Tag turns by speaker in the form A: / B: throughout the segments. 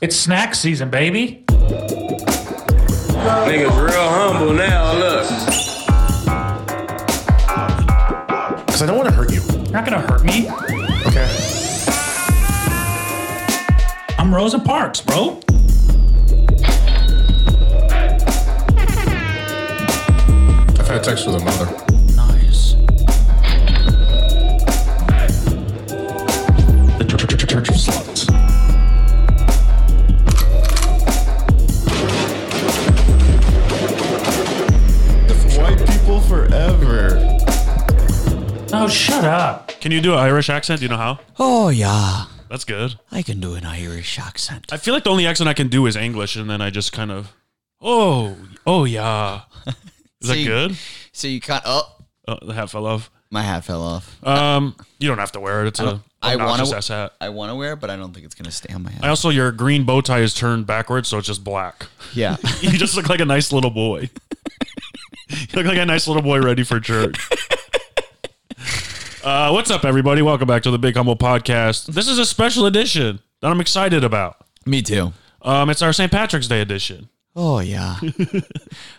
A: It's snack season, baby.
B: Niggas real humble now. Look.
C: Because I don't want to hurt you.
A: You're not gonna hurt me.
C: Okay.
A: I'm Rosa Parks, bro.
C: I've had sex with a mother.
A: Nice. The church, church, church of sluts.
D: White people forever.
A: Oh, shut up.
E: Can you do an Irish accent? Do you know how?
F: Oh yeah,
E: That's good.
F: I can do an Irish accent.
E: I feel like the only accent I can do is English, and then I just kind of, oh, oh yeah. Is that
F: See-
E: good?
F: So you can't. Oh,
E: Oh, the hat fell off.
F: my hat fell off.
E: Um, you don't have to wear it. oh, It's a
F: I wanna-
E: obnoxious ass hat.
F: I want to wear it, but I don't think it's gonna stay on my
E: I
F: head.
E: also, your green bow tie is turned backwards, so it's just black.
F: Yeah.
E: You just look like a nice little boy. you look like a nice little boy ready for church. Uh, what's up, everybody? Welcome back to the Big Humble Podcast. This is a special edition that I'm excited about.
F: Me too.
E: Um, it's our St. Patrick's Day edition.
F: Oh yeah.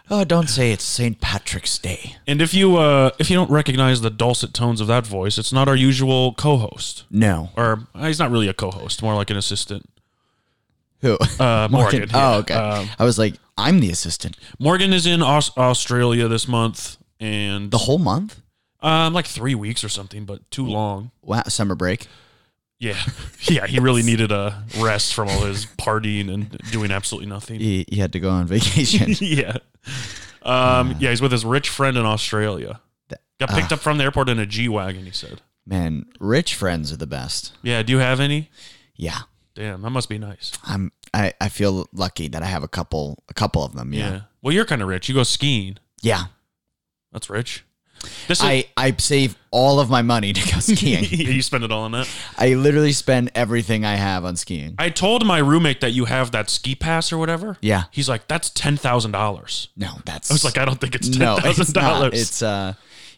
F: oh, don't say it's St. Patrick's Day.
E: And if you uh, if you don't recognize the dulcet tones of that voice, it's not our usual co-host,
F: No.
E: or uh, he's not really a co-host, more like an assistant.
F: Who?
E: Uh, Morgan. yeah.
F: Oh, okay.
E: Um,
F: I was like, I'm the assistant.
E: Morgan is in Aus- Australia this month, and
F: The whole month?
E: um, like three weeks or something, but too long.
F: Wow, summer break.
E: Yeah, yeah, he really needed a rest from all his partying and doing absolutely nothing.
F: He, he had to go on vacation.
E: Yeah, um, yeah, he's with his rich friend in Australia. Got picked up from the airport in a G wagon. He said,
F: Man, rich friends are the best.
E: "Yeah, do you have any?
F: Yeah.
E: Damn, that must be nice."
F: I'm I, I feel lucky that I have a couple a couple of them.
E: Yeah.
F: Yeah.
E: Well, you're kind of rich. You go skiing.
F: Yeah.
E: That's rich. This is,
F: I, I save all of my money to go skiing.
E: you spend it all on that.
F: I literally spend everything I have on skiing.
E: I told my roommate that you have that ski pass or whatever.
F: Yeah.
E: He's like, that's ten thousand dollars.
F: No, that's
E: I was like, I don't think it's
F: no,
E: ten
F: it's
E: thousand
F: not.
E: dollars.
F: It's uh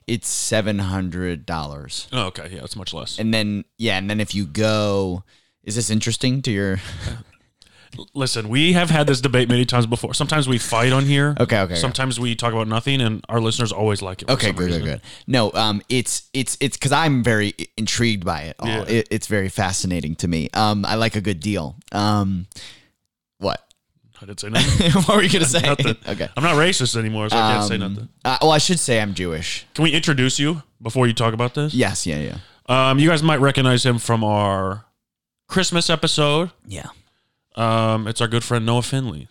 F: it's seven hundred dollars.
E: Oh, okay. Yeah, it's much less.
F: And then yeah, and then if you go is this interesting to your
E: Listen, we have had this debate many times before. Sometimes we fight on here.
F: Okay, okay, okay.
E: Sometimes we talk about nothing, and our listeners always like it. for
F: Okay,
E: some
F: good, good,
E: reason.
F: good. No, um, it's it's it's because I'm very i- intrigued by it all.
E: Yeah.
F: It, it's very fascinating to me. Um, I like a good deal. Um, what?
E: I didn't say nothing.
F: what were you gonna say?
E: nothing.
F: Okay.
E: I'm not racist anymore, so I can't say
F: Um,
E: nothing.
F: Uh, well, I should say I'm Jewish.
E: Can we introduce you before you talk about this?
F: Yes. Yeah. Yeah.
E: Um, you guys might recognize him from our Christmas episode.
F: Yeah.
E: Um, it's our good friend Noah Finley,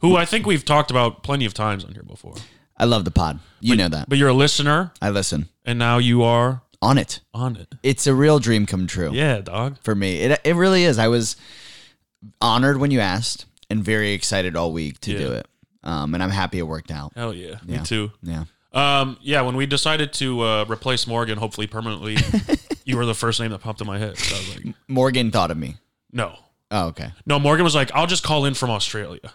E: who I think we've talked about plenty of times on here before.
F: I love the pod. You know that.
E: But you're a listener,
F: I listen
E: and now you are
F: on it.
E: on it.
F: It's a real dream come true
E: Yeah, dog.
F: for me. It it really is. I was honored when you asked, and very excited all week to
E: Yeah.
F: do it. Um, and I'm happy it worked out.
E: Hell yeah,
F: Yeah.
E: me too.
F: Yeah.
E: Um, yeah, when we decided to uh, replace Morgan, hopefully permanently, you were the first name that popped in my head. So I was like,
F: Morgan thought of me.
E: no,
F: Oh, okay.
E: no. Morgan was like, I'll just call in from Australia.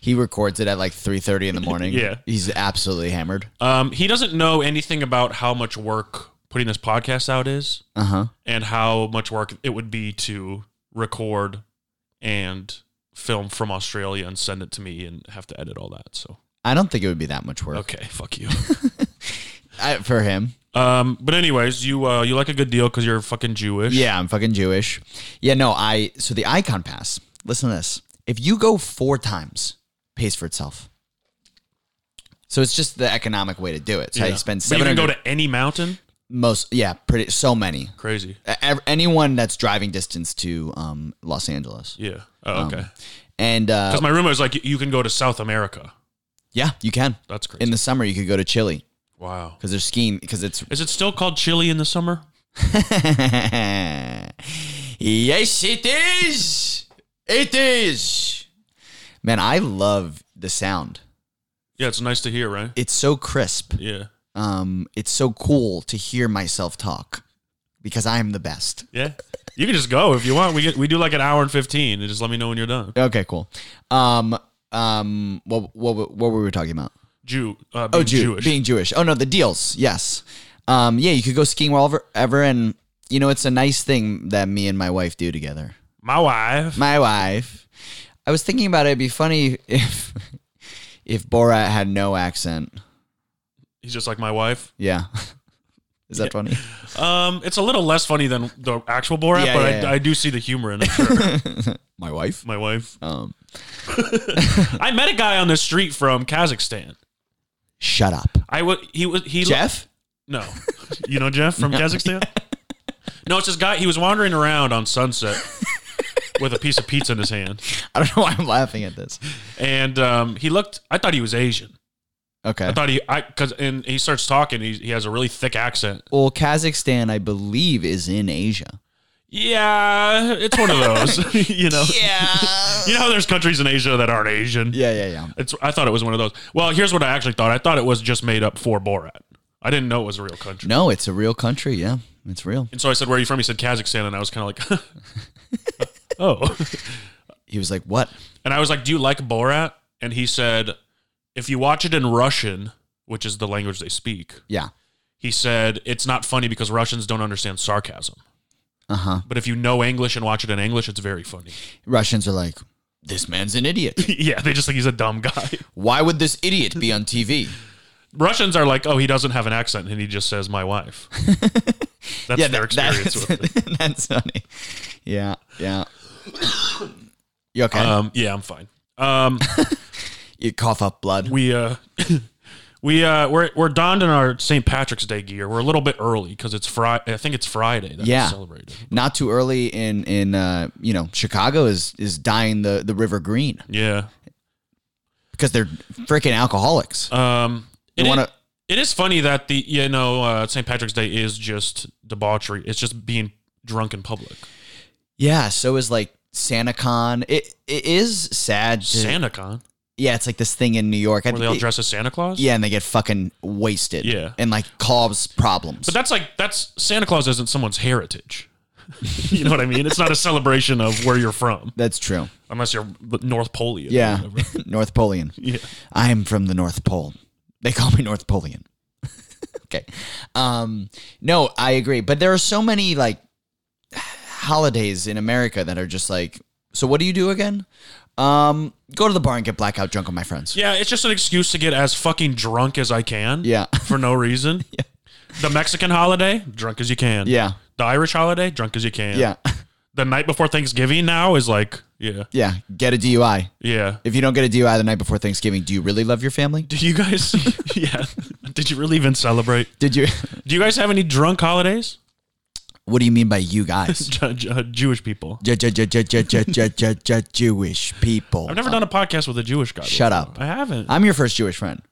F: He records it at like 3:30 in the morning.
E: Yeah.
F: He's absolutely hammered.
E: Um, he doesn't know anything about how much work putting this podcast out is.
F: Uh-huh.
E: and how much work it would be to record and film from Australia and send it to me and have to edit all that. So
F: I don't think it would be that much work
E: okay, fuck you.
F: I, for him.
E: um, but anyways, you uh, you like a good deal because you're fucking Jewish.
F: Yeah, I'm fucking Jewish. Yeah, no, I so the icon pass. Listen to this. If you go 4 times, pays for itself. So it's just the economic way to do it. So I spend
E: But you can
F: 700
E: go to any mountain.
F: most yeah, pretty so many.
E: Crazy.
F: E- ev- Anyone that's driving distance to um, Los Angeles.
E: Yeah.
F: Um,
E: Oh, okay.
F: And uh,
E: Because my roommate was like, "You- you can go to South America.
F: yeah, you can.
E: That's crazy.
F: In the summer you could go to Chile
E: wow.
F: cuz there's skiing cuz it's
E: Is it still called Chile in the summer?
F: yes, it is. It is. Man, I love the sound.
E: Yeah, it's nice to hear, right?
F: It's so crisp.
E: Yeah.
F: Um, it's so cool to hear myself talk because I am the best.
E: Yeah. You can just go if you want. We get we do like an hour and fifteen, and just let me know when you're done.
F: Okay, cool. Um, um, what what what were we talking about?
E: Jew. Uh,
F: Oh,
E: being
F: Jew,
E: Jewish.
F: being Jewish. Oh no, the deals. Yes. Um, yeah, you could go skiing wherever ever, and you know it's a nice thing that me and my wife do together.
E: My wife.
F: my wife. I was thinking about it. It'd be funny if if Borat had no accent.
E: He's just like my wife.
F: Yeah. Is that funny?
E: Um, it's a little less funny than the actual Borat,
F: Yeah,
E: but I,
F: yeah, yeah.
E: I do see the humor in it. Sure.
F: My wife?
E: my wife.
F: Um,
E: I met a guy on the street from Kazakhstan.
F: shut up.
E: I would. He was. He
F: Jeff?
E: No. You know Jeff from Kazakhstan? No, it's this guy. He was wandering around on Sunset with a piece of pizza in his hand.
F: I don't know why I'm laughing at this.
E: And um, he looked, I thought he was Asian.
F: Okay.
E: I thought he, I, cause, and he starts talking. He, he has a really thick accent.
F: Well, Kazakhstan, I believe, is in Asia.
E: Yeah, it's one of those, you know.
F: Yeah.
E: You know how there's countries in Asia that aren't Asian?
F: yeah, yeah, yeah.
E: It's, I thought it was one of those. Well, here's what I actually thought. I thought it was just made up for Borat. I didn't know it was a real country.
F: No, it's a real country. Yeah, it's real.
E: And so I said, Where are you from? He said, Kazakhstan. And I was kind of like, Oh.
F: He was like, what?
E: And I was like, "Do you like Borat?" And he said, "If you watch it in Russian, which is the language they speak,
F: Yeah.
E: he said it's not funny because Russians don't understand sarcasm.
F: Uh huh.
E: But if you know English and watch it in English, it's very funny.
F: Russians are like, this man's an idiot.
E: yeah, they just think he's a dumb guy.
F: Why would this idiot be on TV?
E: Russians are like, "Oh, he doesn't have an accent, and he just says my wife." That's their
F: that- that-
E: experience with it.
F: that's funny. Yeah, yeah. You okay?
E: Um, yeah, I'm fine. Um,
F: you cough up blood.
E: we uh. We uh we're we're donned in our St. Patrick's Day gear. We're a little bit early because it's Friday. I think it's Friday that
F: Yeah.
E: we celebrated.
F: Not too early in in uh, you know Chicago is is dyeing the the river green
E: Yeah,
F: because they're freaking alcoholics.
E: Um,
F: You
E: it i-
F: wanna-
E: it is funny that the you know uh, St. Patrick's Day is just debauchery. It's just being drunk in public.
F: yeah, so is like SantaCon. It it is sad. To,
E: SantaCon,
F: yeah, it's like this thing in New York. I
E: where
F: think
E: they all
F: it-
E: dress as Santa Claus.
F: yeah, and they get fucking wasted.
E: Yeah.
F: and like cause problems.
E: but that's like that's Santa Claus isn't someone's heritage. you know what I mean? It's not a celebration of where you're from,
F: that's true.
E: unless you're b- North Polian. or
F: Yeah,
E: whatever.
F: North Polian.
E: yeah.
F: I'm from the North Pole. They call me North Polean. okay. Um, no, I agree. But there are so many like holidays in America that are just like, so what do you do again? Um, go to the bar and get blackout drunk with my friends.
E: Yeah, it's just an excuse to get as fucking drunk as I can.
F: Yeah.
E: for no reason. The Mexican holiday, drunk as you can.
F: Yeah.
E: The Irish holiday, drunk as you can.
F: Yeah. Yeah.
E: The night before Thanksgiving now is like, yeah,
F: Get a DUI.
E: yeah.
F: If you don't get a DUI the night before Thanksgiving, do you really love your family?
E: Do you guys? yeah. Did you really even celebrate?
F: Did you?
E: Do you guys have any drunk holidays?
F: What do you mean by you guys?
E: Ju- ju- Jewish people.
F: Ju- ju- ju- ju- ju- ju- ju- ju- ju- Jewish people.
E: I've never done a podcast with a Jewish guy.
F: Uh, Shut
E: before.
F: up.
E: I haven't.
F: I'm your first Jewish friend.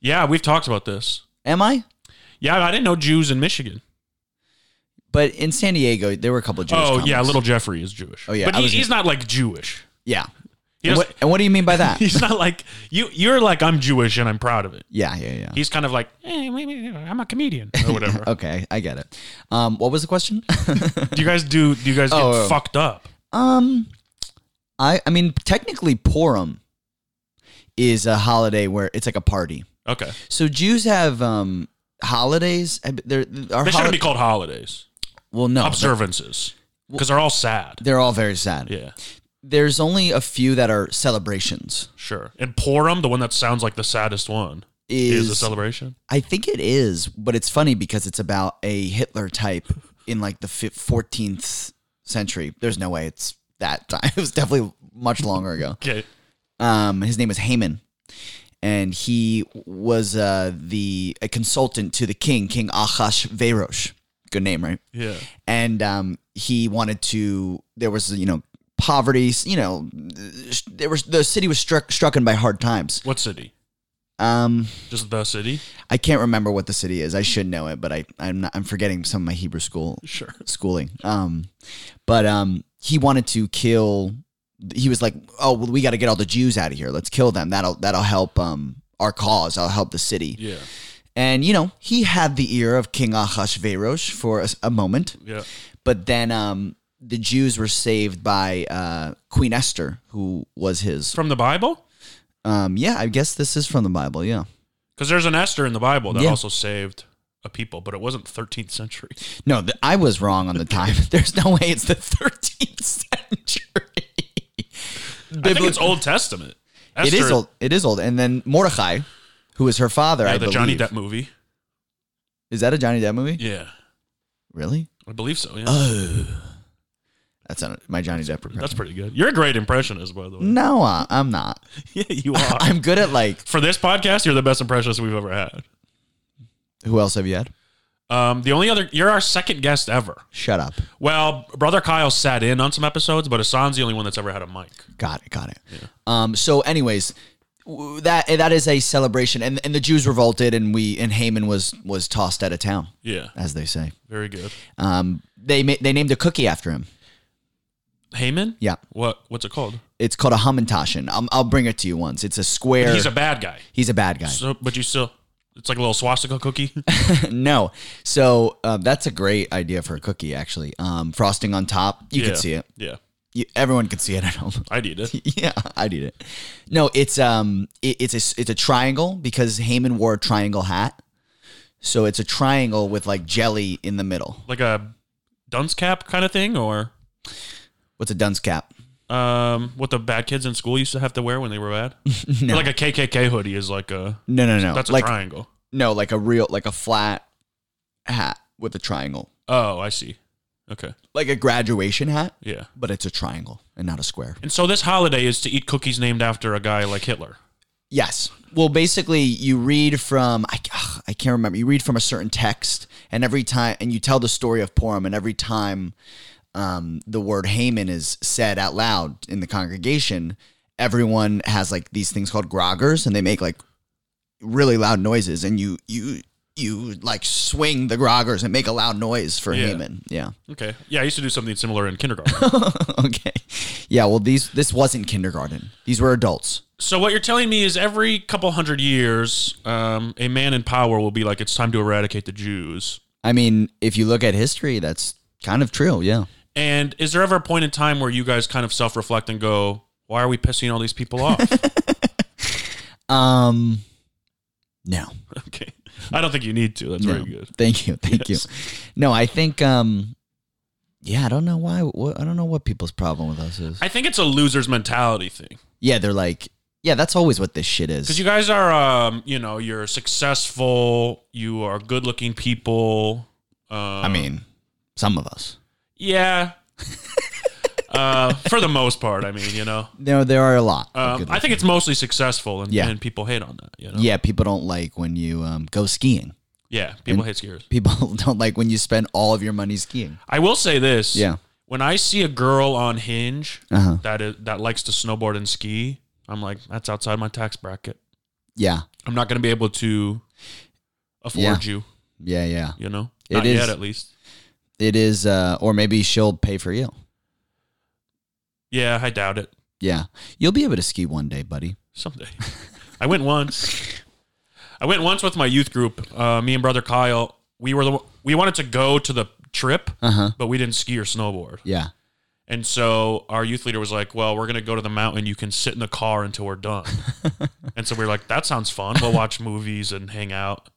E: yeah, we've talked about this.
F: Am I?
E: Yeah, I didn't know Jews in Michigan.
F: But in San Diego, there were a couple of Jewish.
E: oh
F: comics.
E: yeah, little Jeffrey is Jewish.
F: Oh, yeah,
E: but
F: I
E: he,
F: was-
E: he's not like Jewish.
F: Yeah.
E: He
F: and,
E: doesn't-
F: what, and what do you mean by that?
E: he's not like you. You're like I'm Jewish and I'm proud of it.
F: yeah, yeah, yeah.
E: He's kind of like eh, wait, wait, wait, I'm a comedian or whatever.
F: Okay, I get it. Um, what was the question?
E: do you guys do? Do you guys get
F: Oh, oh.
E: fucked up?
F: um, I I mean technically Purim is a holiday where it's like a party.
E: Okay, they
F: So Jews have um holidays. I- There are
E: shouldn't be called holidays.
F: well no they're,
E: Observances, because they're all sad.
F: they're all very sad.
E: Yeah,
F: There's only a few that are celebrations.
E: sure. And Purim, the one that sounds like the saddest one, is,
F: Is,
E: a celebration.
F: I think it is, but it's funny because it's about a Hitler type in like the fif- 14th century. There's no way it's that time. It was definitely much longer ago.
E: Okay.
F: Um, his name was Haman, and he was uh, the a consultant to the king, King Ahasuerus. Good name, right?
E: Yeah.
F: and um, he wanted to. There was you know poverty. You know there was the city was struck struck by hard times.
E: What city?
F: Um,
E: Just the city?
F: I can't remember what the city is. I should know it, but I I'm not, I'm forgetting some of my Hebrew school
E: Sure.
F: schooling. Um, but um, he wanted to kill. He was like, "Oh, well, we got to get all the Jews out of here. Let's kill them. That'll that'll help um our cause. I'll help the city."
E: Yeah.
F: And you know, he had the ear of King Ahasuerus for a, s- a moment,
E: Yeah.
F: but then um, the Jews were saved by uh, Queen Esther, who was his.
E: From the Bible?
F: Um, yeah, I guess this is from the Bible. Yeah,
E: Because there's an Esther in the Bible that
F: Yeah.
E: also saved a people, but it wasn't 13th century.
F: no, th- I was wrong on the time. There's no way it's the 13th century.
E: I think it's Old Testament.
F: It is
E: Esther-
F: old. It is old. And then Mordecai, who is her father,
E: Yeah,
F: I
E: the
F: believe.
E: Johnny Depp movie.
F: Is that a Johnny Depp movie?
E: Yeah,
F: Really?
E: I believe so. Yeah,
F: That's not my Johnny Depp impression.
E: that's pretty good. You're a great impressionist, by the way.
F: No, uh, I'm not.
E: yeah, you are.
F: I'm good at like.
E: For this podcast, you're the best impressionist we've ever had.
F: Who else have you had?
E: Um, the only other, you're our second guest ever.
F: Shut up.
E: Well, brother Kyle sat in on some episodes, but Hassan's the only one that's ever had a mic.
F: Got it. Got it. Um. So, anyways, w- that that is a celebration, and and the Jews revolted, and we and Haman was was tossed out of town,
E: Yeah,
F: as they say.
E: very good.
F: Um. They ma- they named a cookie after him.
E: Heyman.
F: Yeah.
E: What What's it called?
F: It's called a hamantashen. I'll, I'll bring it to you once. It's a square.
E: He's a bad guy.
F: he's a bad guy.
E: So, but you still, it's like a little swastika cookie.
F: no. So um, that's a great idea for a cookie, actually. Um, frosting on top. You
E: Yeah.
F: can see it.
E: Yeah,
F: You, everyone can see it at home.
E: I need it.
F: yeah, I did it. No, it's um, it, it's a s- it's a triangle because Haman wore a triangle hat, so it's a triangle with like jelly in the middle.
E: Like a dunce cap kind of thing, or
F: What's a dunce cap?
E: um, what the bad kids in school used to have to wear when they were bad.
F: No.
E: Or Like a KKK hoodie is like a
F: No, no, no.
E: that's a
F: like
E: triangle.
F: no, like a real like a flat hat with a triangle,
E: Oh, I see. Okay,
F: like a graduation hat,
E: yeah.
F: but it's a triangle and not a square.
E: And so this holiday is to eat cookies named after a guy like Hitler.
F: Yes. Well, basically, you read from I, ugh, I can't remember. You read from a certain text, and every time, and you tell the story of Purim, and every time um, the word Haman is said out loud in the congregation, everyone has like these things called groggers, and they make like really loud noises, and you you you like swing the groggers and make a loud noise for
E: Yeah.
F: Haman. Yeah.
E: Okay, yeah, I used to do something similar in kindergarten.
F: okay. Yeah. Well, these this wasn't kindergarten. These were adults.
E: So what you're telling me is every couple hundred years, um, a man in power will be like, it's time to eradicate the Jews.
F: I mean, if you look at history, that's kind of true. Yeah.
E: And is there ever a point in time where you guys kind of self-reflect and go, why are we pissing all these people off?
F: Um, no,
E: okay, I don't think you need to. That's
F: no.
E: very good.
F: Thank you, thank
E: Yes.
F: you. No, I think. Um, yeah, I don't know why. What, I don't know what people's problem with us is.
E: I think it's a loser's mentality thing
F: yeah, they're like, yeah, that's always what this shit is.
E: because you guys are, um, you know, you're successful, you are good-looking people. Um,
F: I mean, some of us.
E: yeah. uh, for the most part, I mean, you know,
F: No, there are a lot. of
E: um,
F: good
E: I think it's mostly successful, and,
F: Yeah.
E: and people hate on that. You know,
F: looking- yeah, people don't like when you um, go skiing.
E: Yeah, people hate skiers.
F: People don't like when you spend all of your money skiing.
E: I will say this.
F: Yeah.
E: When I see a girl on Hinge
F: Uh-huh.
E: that is that likes to snowboard and ski, I'm like, that's outside my tax bracket.
F: Yeah,
E: I'm not going to be able to afford
F: Yeah.
E: you.
F: yeah, yeah.
E: You know,
F: It
E: not
F: is-
E: yet at least.
F: It is, uh, or maybe she'll pay for you.
E: Yeah, I doubt it.
F: Yeah, you'll be able to ski one day, buddy.
E: Someday. I went once. I went once with my youth group. Uh, me and brother Kyle. We were the we wanted to go to the trip,
F: Uh-huh.
E: but we didn't ski or snowboard.
F: Yeah.
E: And so our youth leader was like, "Well, we're gonna go to the mountain. You can sit in the car until we're done." and so we were like, "That sounds fun. We'll watch movies and hang out."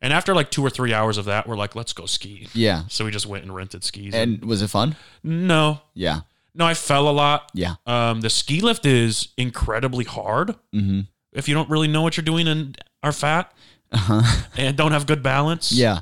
E: And after like two or three hours of that, we're like, "Let's go skiing."
F: Yeah.
E: So we just went and rented skis. And
F: And was it fun?
E: no,
F: Yeah.
E: no, I fell a lot.
F: Yeah.
E: Um, the ski lift is incredibly hard
F: Mm-hmm.
E: if you don't really know what you're doing and are fat
F: Uh-huh.
E: and don't have good balance.
F: Yeah.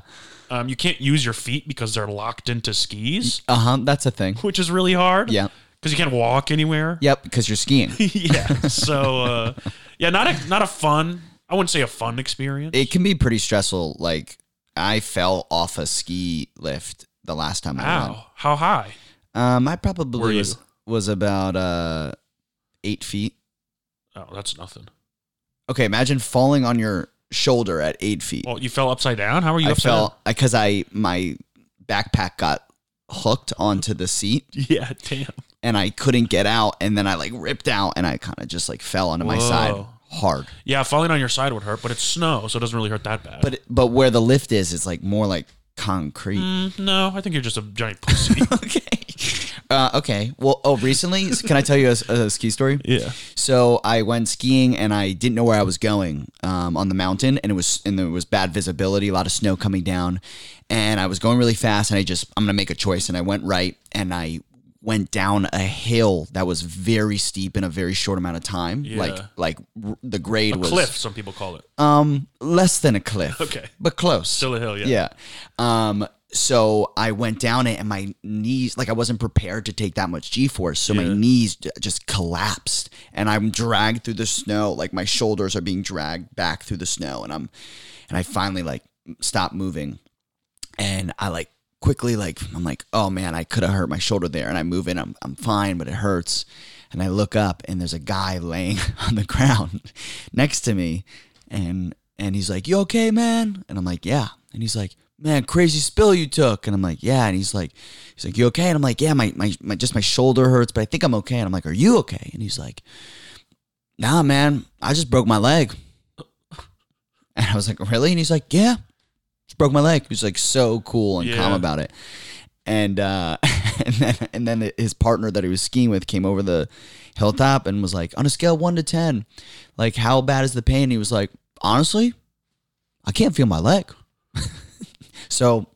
E: Um, you can't use your feet because they're locked into skis,
F: Uh huh. That's a thing.
E: which is really hard.
F: Yeah.
E: Because you can't walk anywhere.
F: Yep. Because you're skiing.
E: yeah. So uh, yeah, not a not a fun. I wouldn't say a fun experience.
F: It can be pretty stressful. Like I fell off a ski lift the last time I
E: Wow, how high?
F: went. Um, I probably
E: Were you?
F: was was about uh eight feet.
E: Oh, that's nothing.
F: Okay, imagine falling on your shoulder at eight feet.
E: Well, you fell upside down. How are you
F: I
E: upside
F: fell because I my backpack got hooked onto the seat
E: down? Yeah, damn.
F: and I couldn't get out and then I like ripped out and I kind of just like fell onto my side
E: Whoa.
F: hard.
E: Yeah, falling on your side would hurt, but it's snow, so it doesn't really hurt that bad.
F: But but where the lift is, it's like more like concrete.
E: Mm, no, I think you're just a giant pussy.
F: okay. Uh, okay. Well, oh, recently, can I tell you a, a ski story?
E: yeah.
F: So I went skiing and I didn't know where I was going um, on the mountain, and it was and there was bad visibility, a lot of snow coming down, and I was going really fast, and I just I'm gonna make a choice, and I went right, and I went down a hill that was very steep in a very short amount of time.
E: Yeah.
F: Like like r- the grade was
E: Cliff, some people call it.
F: um less than a cliff.
E: Okay.
F: But close.
E: Still a hill, yeah.
F: Yeah. Um, so I went down it and my knees, like I wasn't prepared to take that much G force. So my
E: Yeah.
F: knees j- just collapsed and I'm dragged through the snow. Like my shoulders are being dragged back through the snow and I'm, and I finally like stop moving and I like quickly like I'm like, oh man, I could have hurt my shoulder there, and I move in, I'm I'm fine, but it hurts. And I look up, and there's a guy laying on the ground next to me, and and he's like, "You okay, man?" And I'm like, "Yeah." And he's like, "Man, crazy spill you took." And I'm like, "Yeah." And he's like, he's like, "You okay?" And I'm like, "Yeah, my my, my just my shoulder hurts, but I think I'm okay." And I'm like, "Are you okay?" And he's like, "Nah, man, I just broke my leg." And I was like, "Really?" And he's like, "Yeah." just broke my leg. He was like so cool and calm
E: Yeah.
F: about it. And uh, and then and then his partner that he was skiing with came over the hilltop and was like, on a scale of one to ten, like how bad is the pain? He was like, honestly, I can't feel my leg. so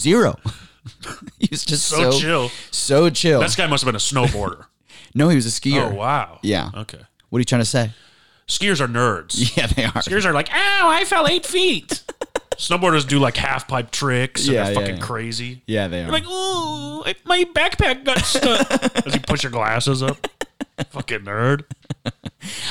F: zero. he was just
E: So
F: so,
E: chill.
F: so chill.
E: This guy must have been a snowboarder.
F: no, he was a skier.
E: oh wow.
F: Yeah.
E: Okay.
F: What are you trying to say?
E: Skiers are nerds.
F: Yeah, they are.
E: Skiers are like, ow, I fell eight feet. Snowboarders do like half pipe tricks and
F: Yeah,
E: they're
F: yeah,
E: fucking
F: yeah.
E: crazy.
F: Yeah, they are.
E: Like, ooh, I- my backpack got stuck. As you push your glasses up. fucking nerd.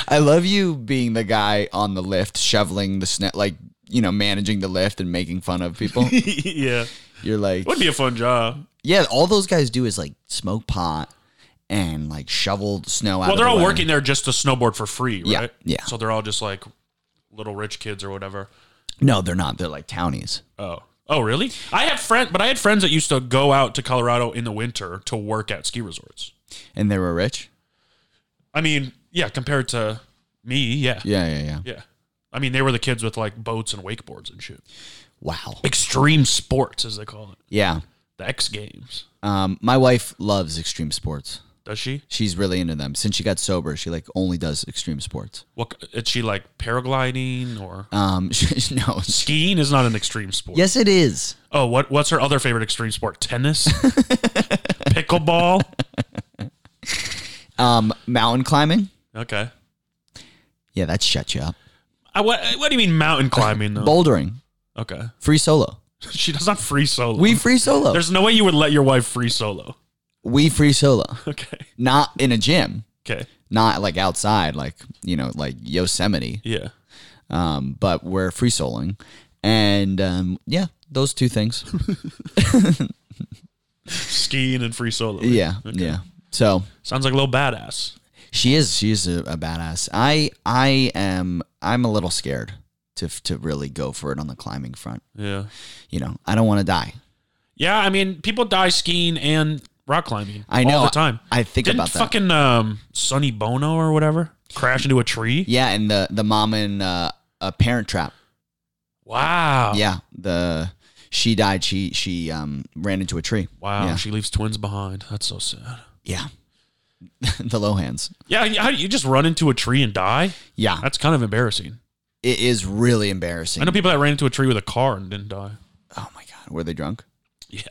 F: I love you being the guy on the lift shoveling the snow, like you know, managing the lift and making fun of people.
E: yeah.
F: You're like,
E: Would be a fun job.
F: yeah, all those guys do is like smoke pot and like shovel snow out.
E: Well,
F: of
E: they're
F: the
E: all
F: way.
E: working there just to snowboard for free, right?
F: Yeah, yeah.
E: So they're all just like little rich kids or whatever.
F: No, they're not. They're like townies.
E: Oh. Oh, really? I had friend, but I had friends that used to go out to Colorado in the winter to work at ski resorts.
F: And they were rich.
E: I mean, yeah, compared to me, yeah. Yeah.
F: Yeah, yeah, yeah.
E: I mean, they were the kids with like boats and wakeboards and shit.
F: Wow.
E: Extreme sports as they call it.
F: Yeah.
E: The X Games.
F: Um, my wife loves extreme sports.
E: Does she?
F: She's really into them. Since she got sober, she like only does extreme sports.
E: What is she like paragliding or
F: Um, she, no. she-
E: skiing is not an extreme sport.
F: yes, it is.
E: Oh, what what's her other favorite extreme sport? Tennis? Pickleball?
F: Um, mountain climbing.
E: Okay.
F: Yeah, that shut you up.
E: I, what, uh, what do you mean mountain climbing though?
F: Bouldering,
E: okay.
F: free solo.
E: She does not free solo.
F: We free solo.
E: There's no way you would let your wife free solo.
F: we free solo.
E: Okay.
F: Not in a gym,
E: Okay.
F: not like outside, like you know, like Yosemite.
E: Yeah.
F: Um, but we're free soloing, and um, yeah, those two things.
E: Skiing and free solo.
F: yeah, yeah. So
E: Sounds like a little badass.
F: she is, she is a, a badass. I, I am, I'm a little scared to to really go for it on the climbing front.
E: Yeah.
F: You know, I don't want to die.
E: Yeah, I mean, people die skiing and rock climbing.
F: I know
E: all the time.
F: I, I think
E: Didn't
F: about that.
E: fucking um, Sonny Bono or whatever crash into a tree?
F: yeah, and the the mom in uh, a Parent Trap.
E: Wow.
F: Yeah, the she died. She she um ran into a tree.
E: Wow.
F: Yeah.
E: She leaves twins behind. That's so sad.
F: Yeah. the Lohans.
E: Yeah. you- How do you just run into a tree and die?
F: Yeah.
E: That's kind of embarrassing.
F: It is really embarrassing.
E: I know people that ran into a tree with a car and didn't die.
F: oh my god, were they drunk?
E: Yeah.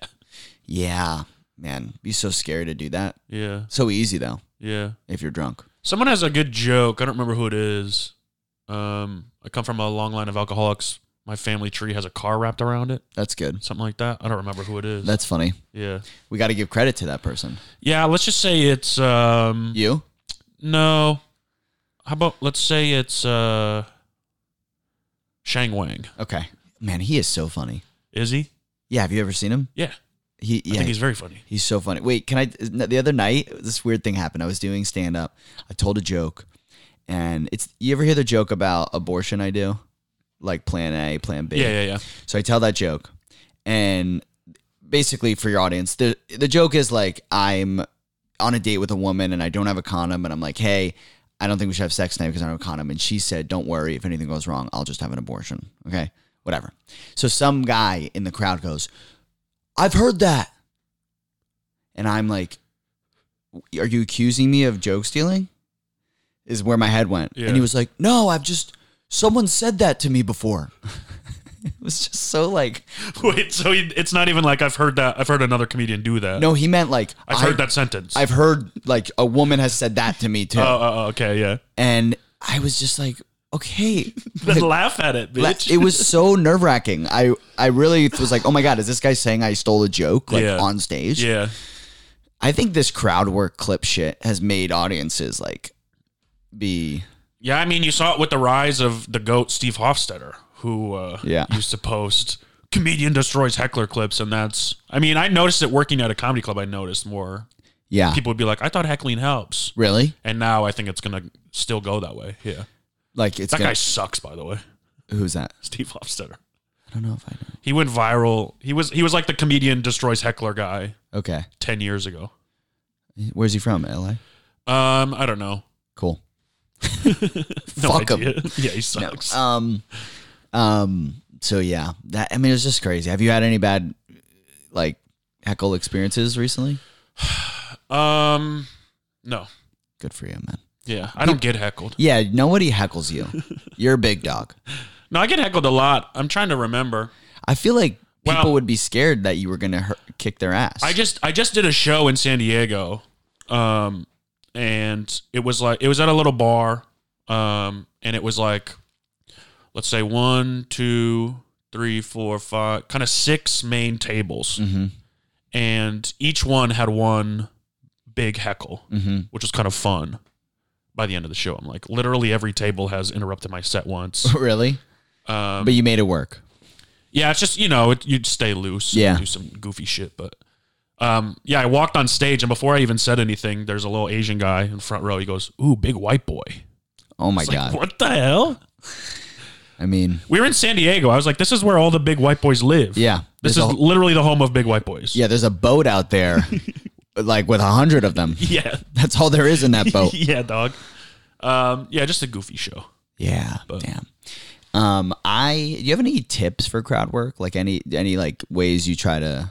F: Yeah, man, be so scary to do that.
E: Yeah.
F: So easy though
E: Yeah.
F: if you're drunk.
E: Someone has a good joke. I don't remember who it is. Um, I come from a long line of alcoholics. My family tree has a car wrapped around it,
F: That's good.
E: something like that. I don't remember who it is.
F: That's funny.
E: yeah,
F: We got to give credit to that person.
E: yeah. Let's just say it's um
F: You?
E: no. How about let's say it's uh Shang Wang?
F: Okay. Man, he is so funny.
E: Is he?
F: Yeah, have you ever seen him?
E: Yeah,
F: He
E: I
F: yeah.
E: think he's very funny.
F: He's so funny. Wait, can I? The other night, this weird thing happened. I was doing stand up. I told a joke, and it's you ever hear the joke about abortion? I do, like Plan A, Plan B.
E: Yeah, yeah, yeah.
F: So I tell that joke, and basically for your audience, the the joke is like I'm on a date with a woman and I don't have a condom, and I'm like, hey, I don't think we should have sex tonight because I don't have a condom, and she said, don't worry, if anything goes wrong, I'll just have an abortion. Okay, whatever. So some guy in the crowd goes, I've heard that, and I'm like, are you accusing me of joke stealing? Is where my head went,
E: Yeah.
F: and he was like, no, I've just someone said that to me before. was just so like.
E: Wait, so he, it's not even like I've heard that. I've heard another comedian do that.
F: No, he meant like
E: I've
F: I-
E: heard that sentence.
F: I've heard like a woman has said that to me too,
E: oh, oh, oh, okay, yeah.
F: and I was just like, okay.
E: Then laugh at it,
F: La-
E: bitch.
F: it was so nerve wracking. I I really was like, oh my god, is this guy saying I stole a joke like
E: Yeah.
F: on stage?
E: yeah,
F: I think this crowd work clip shit has made audiences like be
E: yeah. I mean, you saw it with the rise of the goat Steve Hofstetter, who uh,
F: Yeah.
E: used to post comedian destroys heckler clips, and that's. I mean, I noticed it working at a comedy club. I noticed more
F: yeah
E: people would be like, "I thought heckling helps,"
F: really
E: and now I think it's gonna still go that way. Yeah,
F: like it's
E: that
F: gonna,
E: guy sucks, by the way,
F: who's that?
E: Steve Hofstetter.
F: I don't know if I know.
E: He went viral. He was he was like the comedian destroys heckler guy
F: Okay,
E: ten years ago.
F: where's he from? L.A.
E: Um, I don't know.
F: Cool.
E: No
F: Fuck 'em.
E: idea. Yeah, he
F: No,
E: sucks.
F: um, um. So yeah, that I mean, it's just crazy. Have you had any bad like heckle experiences recently?
E: Um, no.
F: Good for you, man.
E: Yeah, I don't get heckled.
F: Yeah, nobody heckles you. You're a big dog.
E: No, I get heckled a lot. I'm trying to remember.
F: I feel like people
E: Well-
F: would be scared that you were gonna hurt, kick their ass.
E: I just I just did a show in San Diego, um, and it was like it was at a little bar, um, and it was like, let's say one, two, three, four, five, kind of six main tables,
F: hmm
E: and each one had one big heckle,
F: hmm
E: which was kind of fun. By the end of the show, I'm like, literally every table has interrupted my set once.
F: really,
E: Um,
F: but you made it work.
E: Yeah, it's just you know it, you'd stay loose.
F: Yeah.
E: and do some goofy shit, but um, yeah, I walked on stage and before I even said anything, there's a little Asian guy in front row. He goes, "Ooh, big white boy."
F: Oh my
E: It's like,
F: god!
E: what the hell?
F: I mean,
E: We were in San Diego. I was like, this is where all the big white boys live.
F: yeah,
E: this
F: there's
E: is
F: a,
E: literally the home of big white boys.
F: yeah. There's a boat out there, like with a hundred of them.
E: yeah,
F: That's all there is in that boat.
E: yeah, dog. Um, yeah, just a goofy show.
F: Yeah. Damn. Um, I. Do you have any tips for crowd work? Like any any like ways you try to?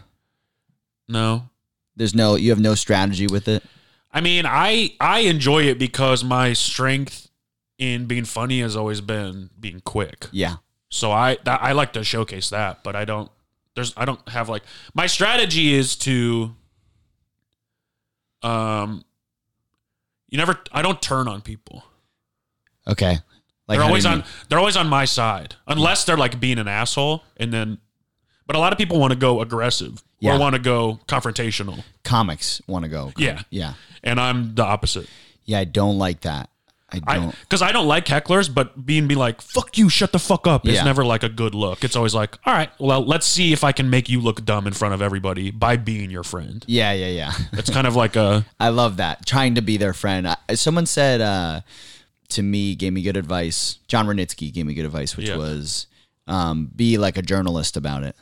E: No,
F: There's no. You have no strategy with it.
E: I mean, I I enjoy it because my strength in being funny has always been being quick.
F: Yeah.
E: So I that, I like to showcase that, but I don't. There's I don't have like my strategy is to. Um. You never. I don't turn on people.
F: Okay.
E: they're
F: Like how do
E: always
F: you
E: on.
F: mean-
E: They're always on my side, unless they're like being an asshole, and then. But a lot of people want to go aggressive
F: Yeah.
E: or want to go confrontational,
F: comics want to go.
E: Yeah.
F: Yeah.
E: and I'm the opposite.
F: Yeah. I don't like that. I
E: I
F: don't.
E: because I don't like hecklers, but being be like "fuck you, shut the fuck up" is
F: Yeah.
E: never like a good look. It's always like, all right, well, let's see if I can make you look dumb in front of everybody by being your friend.
F: yeah. Yeah. Yeah.
E: It's kind of like a
F: I love that. Trying to be their friend. I, someone said uh, to me, gave me good advice. John Renitsky gave me good advice, which
E: Yeah.
F: was um, be like a journalist about it.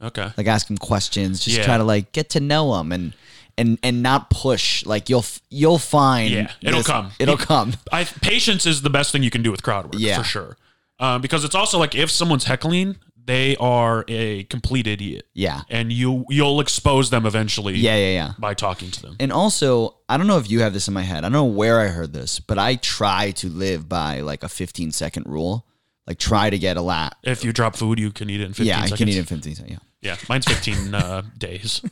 E: okay,
F: Like ask them questions. Just
E: Yeah.
F: try to like get to know them and and and not push. Like you'll f- you'll find.
E: yeah, it'll
F: this-
E: come.
F: It'll come.
E: I patience is the best thing you can do with crowd work
F: Yeah.
E: for sure, um, because it's also like if someone's heckling, they are a complete idiot,
F: Yeah.
E: and you you'll expose them eventually,
F: Yeah. Yeah. Yeah.
E: by talking to them.
F: And also, I don't know if you have this in my head. I don't know where I heard this, but I try to live by like a 15 second rule. Like try to get a lot.
E: If you drop food, you can eat it in fifteen
F: Yeah,
E: seconds.
F: I can eat in 15 seconds. Yeah.
E: Yeah, mine's 15 uh, days.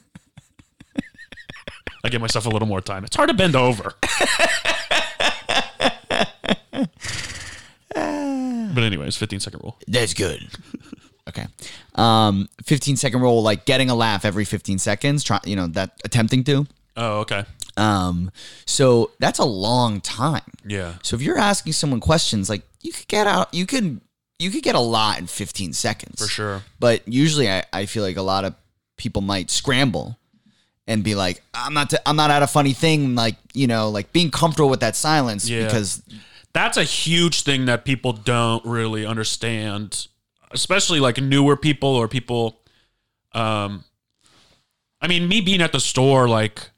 E: I give myself a little more time. It's hard to bend over. but anyways, 15 second rule.
F: That's good. Okay. Um, 15 second rule, like getting a laugh every 15 seconds, try, you know, that attempting to.
E: Oh, okay.
F: Um, so that's a long time.
E: Yeah.
F: So if you're asking someone questions, like you could get out, you could, you could get a lot in 15 seconds.
E: For sure.
F: But usually I, I feel like a lot of people might scramble and be like, I'm not, i I'm not at a funny thing. Like, you know, like being comfortable with that silence
E: Yeah.
F: because
E: That's a huge thing that people don't really understand, especially like newer people or people um I mean, me being at the store like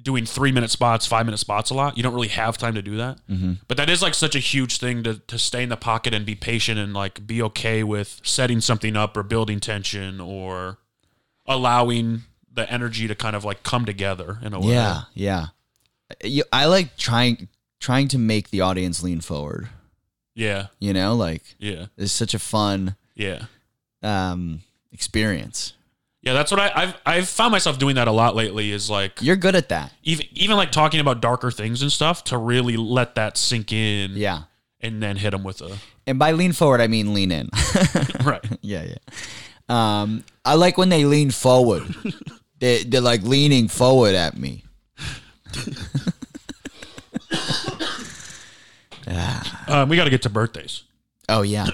E: doing 3-minute spots, 5-minute spots a lot, you don't really have time to do that. But that is like such a huge thing to to stay in the pocket and be patient and like be okay with setting something up or building tension or allowing the energy to kind of like come together in a way.
F: Yeah, yeah. You, I like trying trying to make the audience lean forward.
E: Yeah.
F: You know, like
E: Yeah.
F: it's such a fun
E: Yeah.
F: um, experience.
E: Yeah, that's what I, I've I've found myself doing that a lot lately. Is like
F: You're good at that.
E: even even like talking about darker things and stuff to really let that sink in.
F: Yeah.
E: and then hit them with a
F: And by lean forward, I mean lean in.
E: right.
F: yeah, yeah. Um, I like when they lean forward. they, they're like leaning forward at me.
E: Um, we got to get to birthdays.
F: Oh, yeah.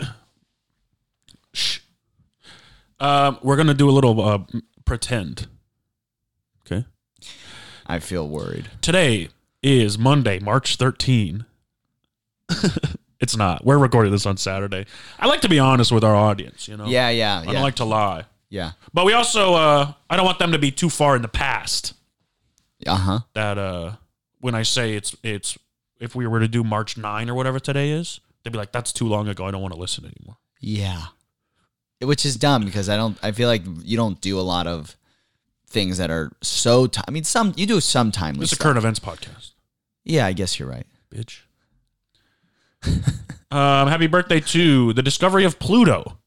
E: Um, we're gonna do a little uh, pretend. Okay.
F: I feel worried.
E: Today is Monday, March 13. it's not. We're recording this on Saturday. I like to be honest with our audience, you know.
F: Yeah, yeah,
E: Oh. I
F: yeah.
E: don't like to lie.
F: yeah.
E: But we also uh I don't want them to be too far in the past
F: Uh huh.
E: that uh when I say it's it's if we were to do March 9 or whatever today is, they'd be like that's too long ago. I don't want to listen anymore.
F: Yeah. Which is dumb because I don't, I feel like you don't do a lot of things that are so, ti I mean, some, you do some timeless.
E: It's a
F: stuff.
E: current events podcast,
F: Yeah, I guess you're right.
E: bitch. um happy birthday to the discovery of Pluto,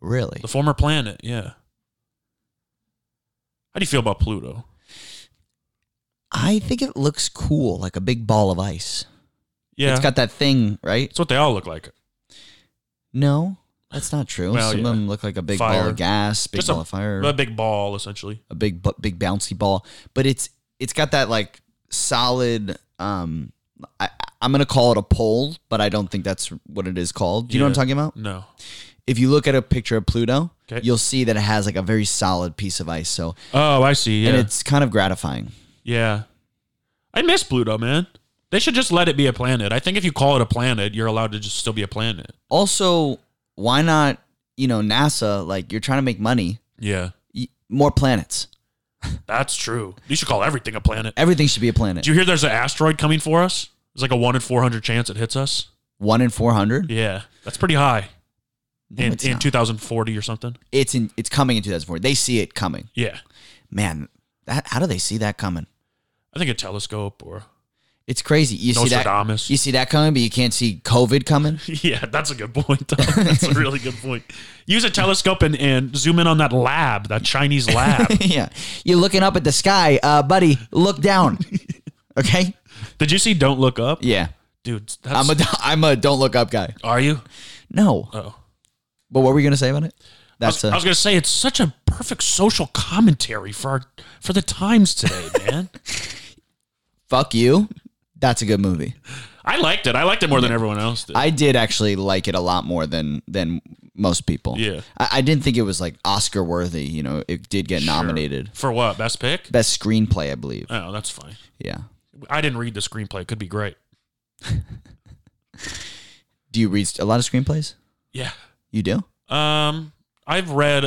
F: Really?
E: the former planet, yeah. How do you feel about Pluto?
F: I think it looks cool, like a big ball of ice.
E: Yeah.
F: It's got that thing, right?
E: It's what they all look like.
F: No, that's not true.
E: Well,
F: Some
E: yeah.
F: of them look like a big
E: Fire.
F: ball of gas, big
E: Just
F: ball of fire,
E: A big ball, essentially.
F: a big bu- big bouncy ball. But it's it's got that like solid. Um, I, I- I'm gonna call it a pole, but I don't think that's what it is called. Do you know what I'm
E: Yeah.
F: talking about?
E: No.
F: If you look at a picture of Pluto,
E: Okay.
F: you'll see that it has like a very solid piece of ice. So
E: Oh, I see. Yeah.
F: and it's kind of gratifying.
E: yeah. I miss Pluto, man. They should just let it be a planet. I think if you call it a planet, you're allowed to just still be a planet.
F: Also, why not? You know, NASA. Like you're trying to make money.
E: Yeah.
F: Y- More planets.
E: That's true. You should call everything a planet.
F: Everything should be a planet.
E: Do you hear there's an asteroid coming for us? There's like a 1 in 400 chance it hits us.
F: One in four hundred.
E: Yeah. That's pretty high.
F: No,
E: in
F: it's
E: in
F: not.
E: 2040 or something.
F: It's in. It's coming in 2004. They see it coming.
E: Yeah.
F: man, that how do they see that coming?
E: I think a telescope or.
F: It's crazy. You see that
E: Nostradamus.
F: you see that coming, but you can't see COVID coming.
E: Yeah, that's a good point. Tom. That's a really good point. Use a telescope and, and zoom in on that lab, that Chinese lab.
F: yeah, you're looking up at the sky, uh, buddy. Look down. Okay.
E: Did you see Don't Look Up?
F: Yeah,
E: Dude, that's,
F: I'm a I'm a don't look up guy.
E: are you?
F: No,
E: Oh.
F: but what were you gonna say about it? That's
E: I was,
F: a
E: I was gonna say it's such a perfect social commentary for our, for the times today, man.
F: fuck you. That's a good movie.
E: I liked it. I liked it more than everyone else did.
F: I did actually like it a lot more than than most people.
E: Yeah.
F: I, I didn't think it was like Oscar worthy. You know, it did get nominated
E: for what? Best pick?
F: best screenplay, I believe.
E: Oh, that's fine.
F: Yeah.
E: I didn't read the screenplay. It could be great.
F: Do you read a lot of screenplays?
E: Yeah.
F: You do.
E: Um, I've read,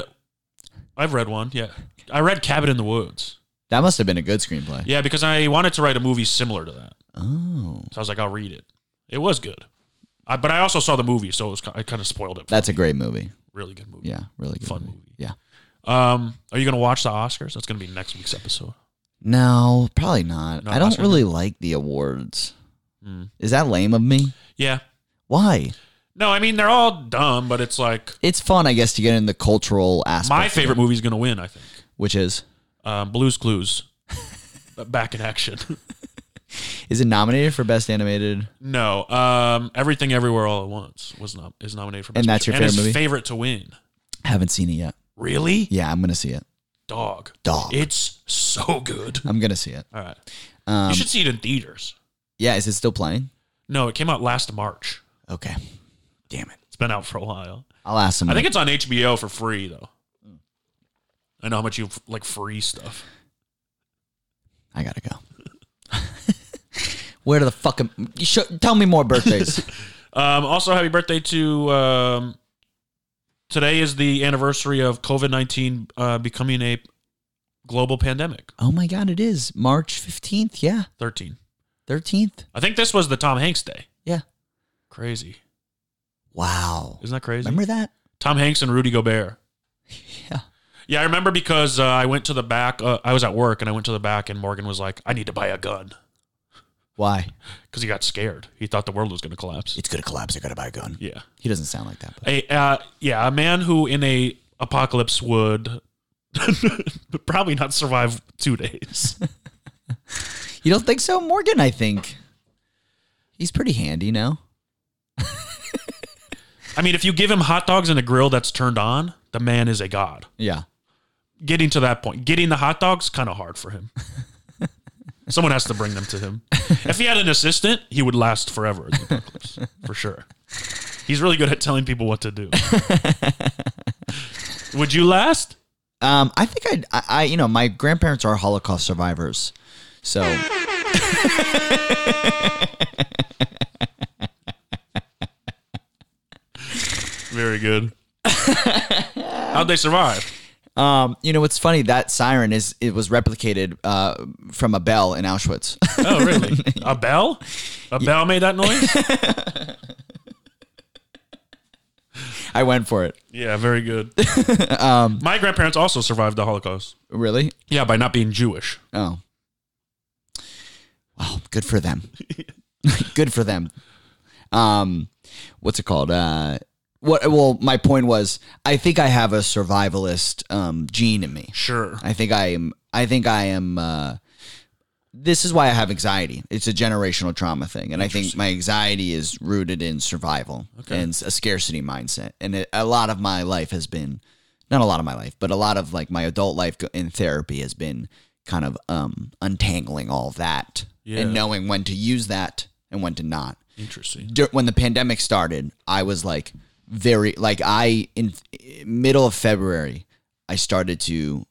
E: I've read one. Yeah, I read Cabin in the Woods.
F: That must have been a good screenplay.
E: Yeah, because I wanted to write a movie similar to that.
F: Oh,
E: So I was like, I'll read it. It was good. I, but I also saw the movie, so it was ki- I kind of spoiled it.
F: that's a great movie.
E: really good movie.
F: Yeah, really good
E: Fun movie.
F: Yeah.
E: Um, are you going to watch the Oscars? That's going to be next week's episode.
F: No, probably not.
E: No,
F: I don't
E: Oscar
F: really like the awards.
E: Hmm.
F: Is that lame of me?
E: Yeah.
F: Why?
E: No, I mean they're all dumb, but it's like
F: It's fun, I guess, to get in the cultural aspect.
E: my
F: of it,
E: favorite movie's going to win. I think
F: which is,
E: um, Blue's Clues, Uh, Back in Action.
F: is it nominated for best animated?
E: no, um, Everything Everywhere All at Once was nom- is nominated for
F: And
E: Best
F: that's your
E: Picture. and
F: favorite
E: it's
F: movie?
E: favorite to win.
F: Haven't seen it yet.
E: Really,
F: Yeah, I'm gonna see it.
E: dog,
F: Dog.
E: It's so good.
F: I'm gonna see it.
E: All right,
F: Um,
E: you should see it in theaters.
F: yeah, is it still playing?
E: No, it came out last March.
F: Okay. Damn it.
E: It's been out for a while.
F: I'll
E: I
F: ask someone.
E: think it's on HBO for free though. I know how much you f- like free stuff.
F: I gotta go. Where do the fuck? Am, you should, tell me more birthdays.
E: Um, also, happy birthday to. Um, today is the anniversary of COVID nineteen uh, becoming a global pandemic.
F: oh my god, it is March fifteenth. Yeah,
E: Thirteen.
F: thirteenth.
E: I think this was the Tom Hanks day.
F: Yeah.
E: Crazy,
F: Wow.
E: isn't that crazy?
F: Remember that?
E: Tom Hanks and Rudy Gobert.
F: Yeah.
E: Yeah, I remember because uh, I went to the back. Uh, I was at work and I went to the back, and Morgan was like, "I need to buy a gun."
F: Why?
E: because he got scared. He thought the world was going to collapse.
F: It's gonna collapse. I gotta buy a gun.
E: Yeah.
F: He doesn't sound like that. But
E: A, uh, yeah, a man who in a apocalypse would probably not survive two days.
F: you don't think so, Morgan? I think he's pretty handy now.
E: I mean, if you give him hot dogs and a grill that's turned on, the man is a god.
F: Yeah.
E: Getting to that point, getting the hot dogs kind of hard for him. Someone has to bring them to him. If he had an assistant, he would last forever in the apocalypse, for sure. He's really good at telling people what to do. would you last?
F: Um, I think I'd- I, I, you know, my grandparents are Holocaust survivors, so
E: Very good. How'd they survive?
F: um, you know, what's funny that siren is it was replicated uh, from a bell in Auschwitz.
E: Oh, really? A bell? A bell made that noise?
F: I went for it.
E: Yeah, very good. My grandparents also survived the Holocaust.
F: Really?
E: Yeah, by not being Jewish.
F: Oh, wow! Good for them. good for them. Um, what's it called? Uh, what? Well, my point was, I think I have a survivalist um, gene in me.
E: Sure.
F: I think I am. I think I am. Uh, this is why I have anxiety. It's a generational trauma thing, and I think my anxiety is rooted in survival and s- a scarcity mindset. And it, a lot of my life has been, not a lot of my life, but a lot of like my adult life go- in therapy has been kind of um, untangling all that
E: Yeah.
F: and knowing when to use that and when to not
E: Interesting.
F: dur- when the pandemic started, I was like very like I in middle of February, I started to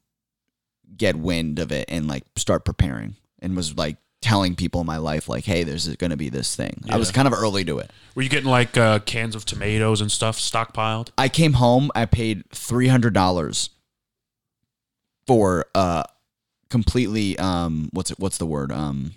F: get wind of it and like start preparing and was like telling people in my life like, "Hey, there's going to be this thing." I was kind of early to it.
E: Were you getting like uh, cans of tomatoes and stuff stockpiled?
F: I came home, I paid $300 for uh completely um what's it what's the word? Um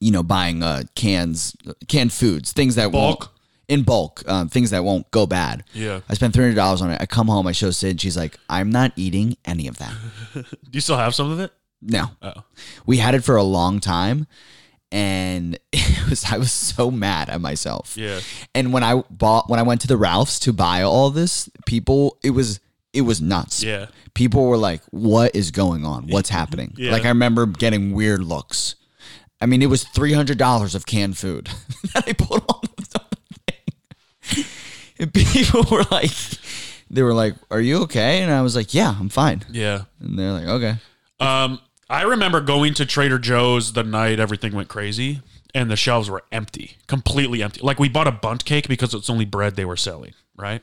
F: you know, buying uh cans canned foods, things that won't
E: Bulk?
F: in bulk, um, things that won't go bad.
E: Yeah.
F: I spent three hundred dollars on it. I come home, I show Sid, she's like, I'm not eating any of that.
E: Do you still have some of it?
F: No.
E: Oh.
F: We had it for a long time and it was I was so mad at myself.
E: Yeah.
F: And when I bought when I went to the Ralphs to buy all this, people it was it was nuts.
E: Yeah.
F: People were like, "What is going on? What's happening?"
E: Yeah.
F: Like I remember getting weird looks. I mean, it was three hundred dollars of canned food that I put on the thing. And people were like, "They were like, are you okay?" And I was like, "Yeah, I'm fine."
E: Yeah.
F: And they're like, "Okay."
E: Um, I remember going to Trader Joe's the night everything went crazy and the shelves were empty, completely empty. Like we bought a bunt cake because it's only bread they were selling, right?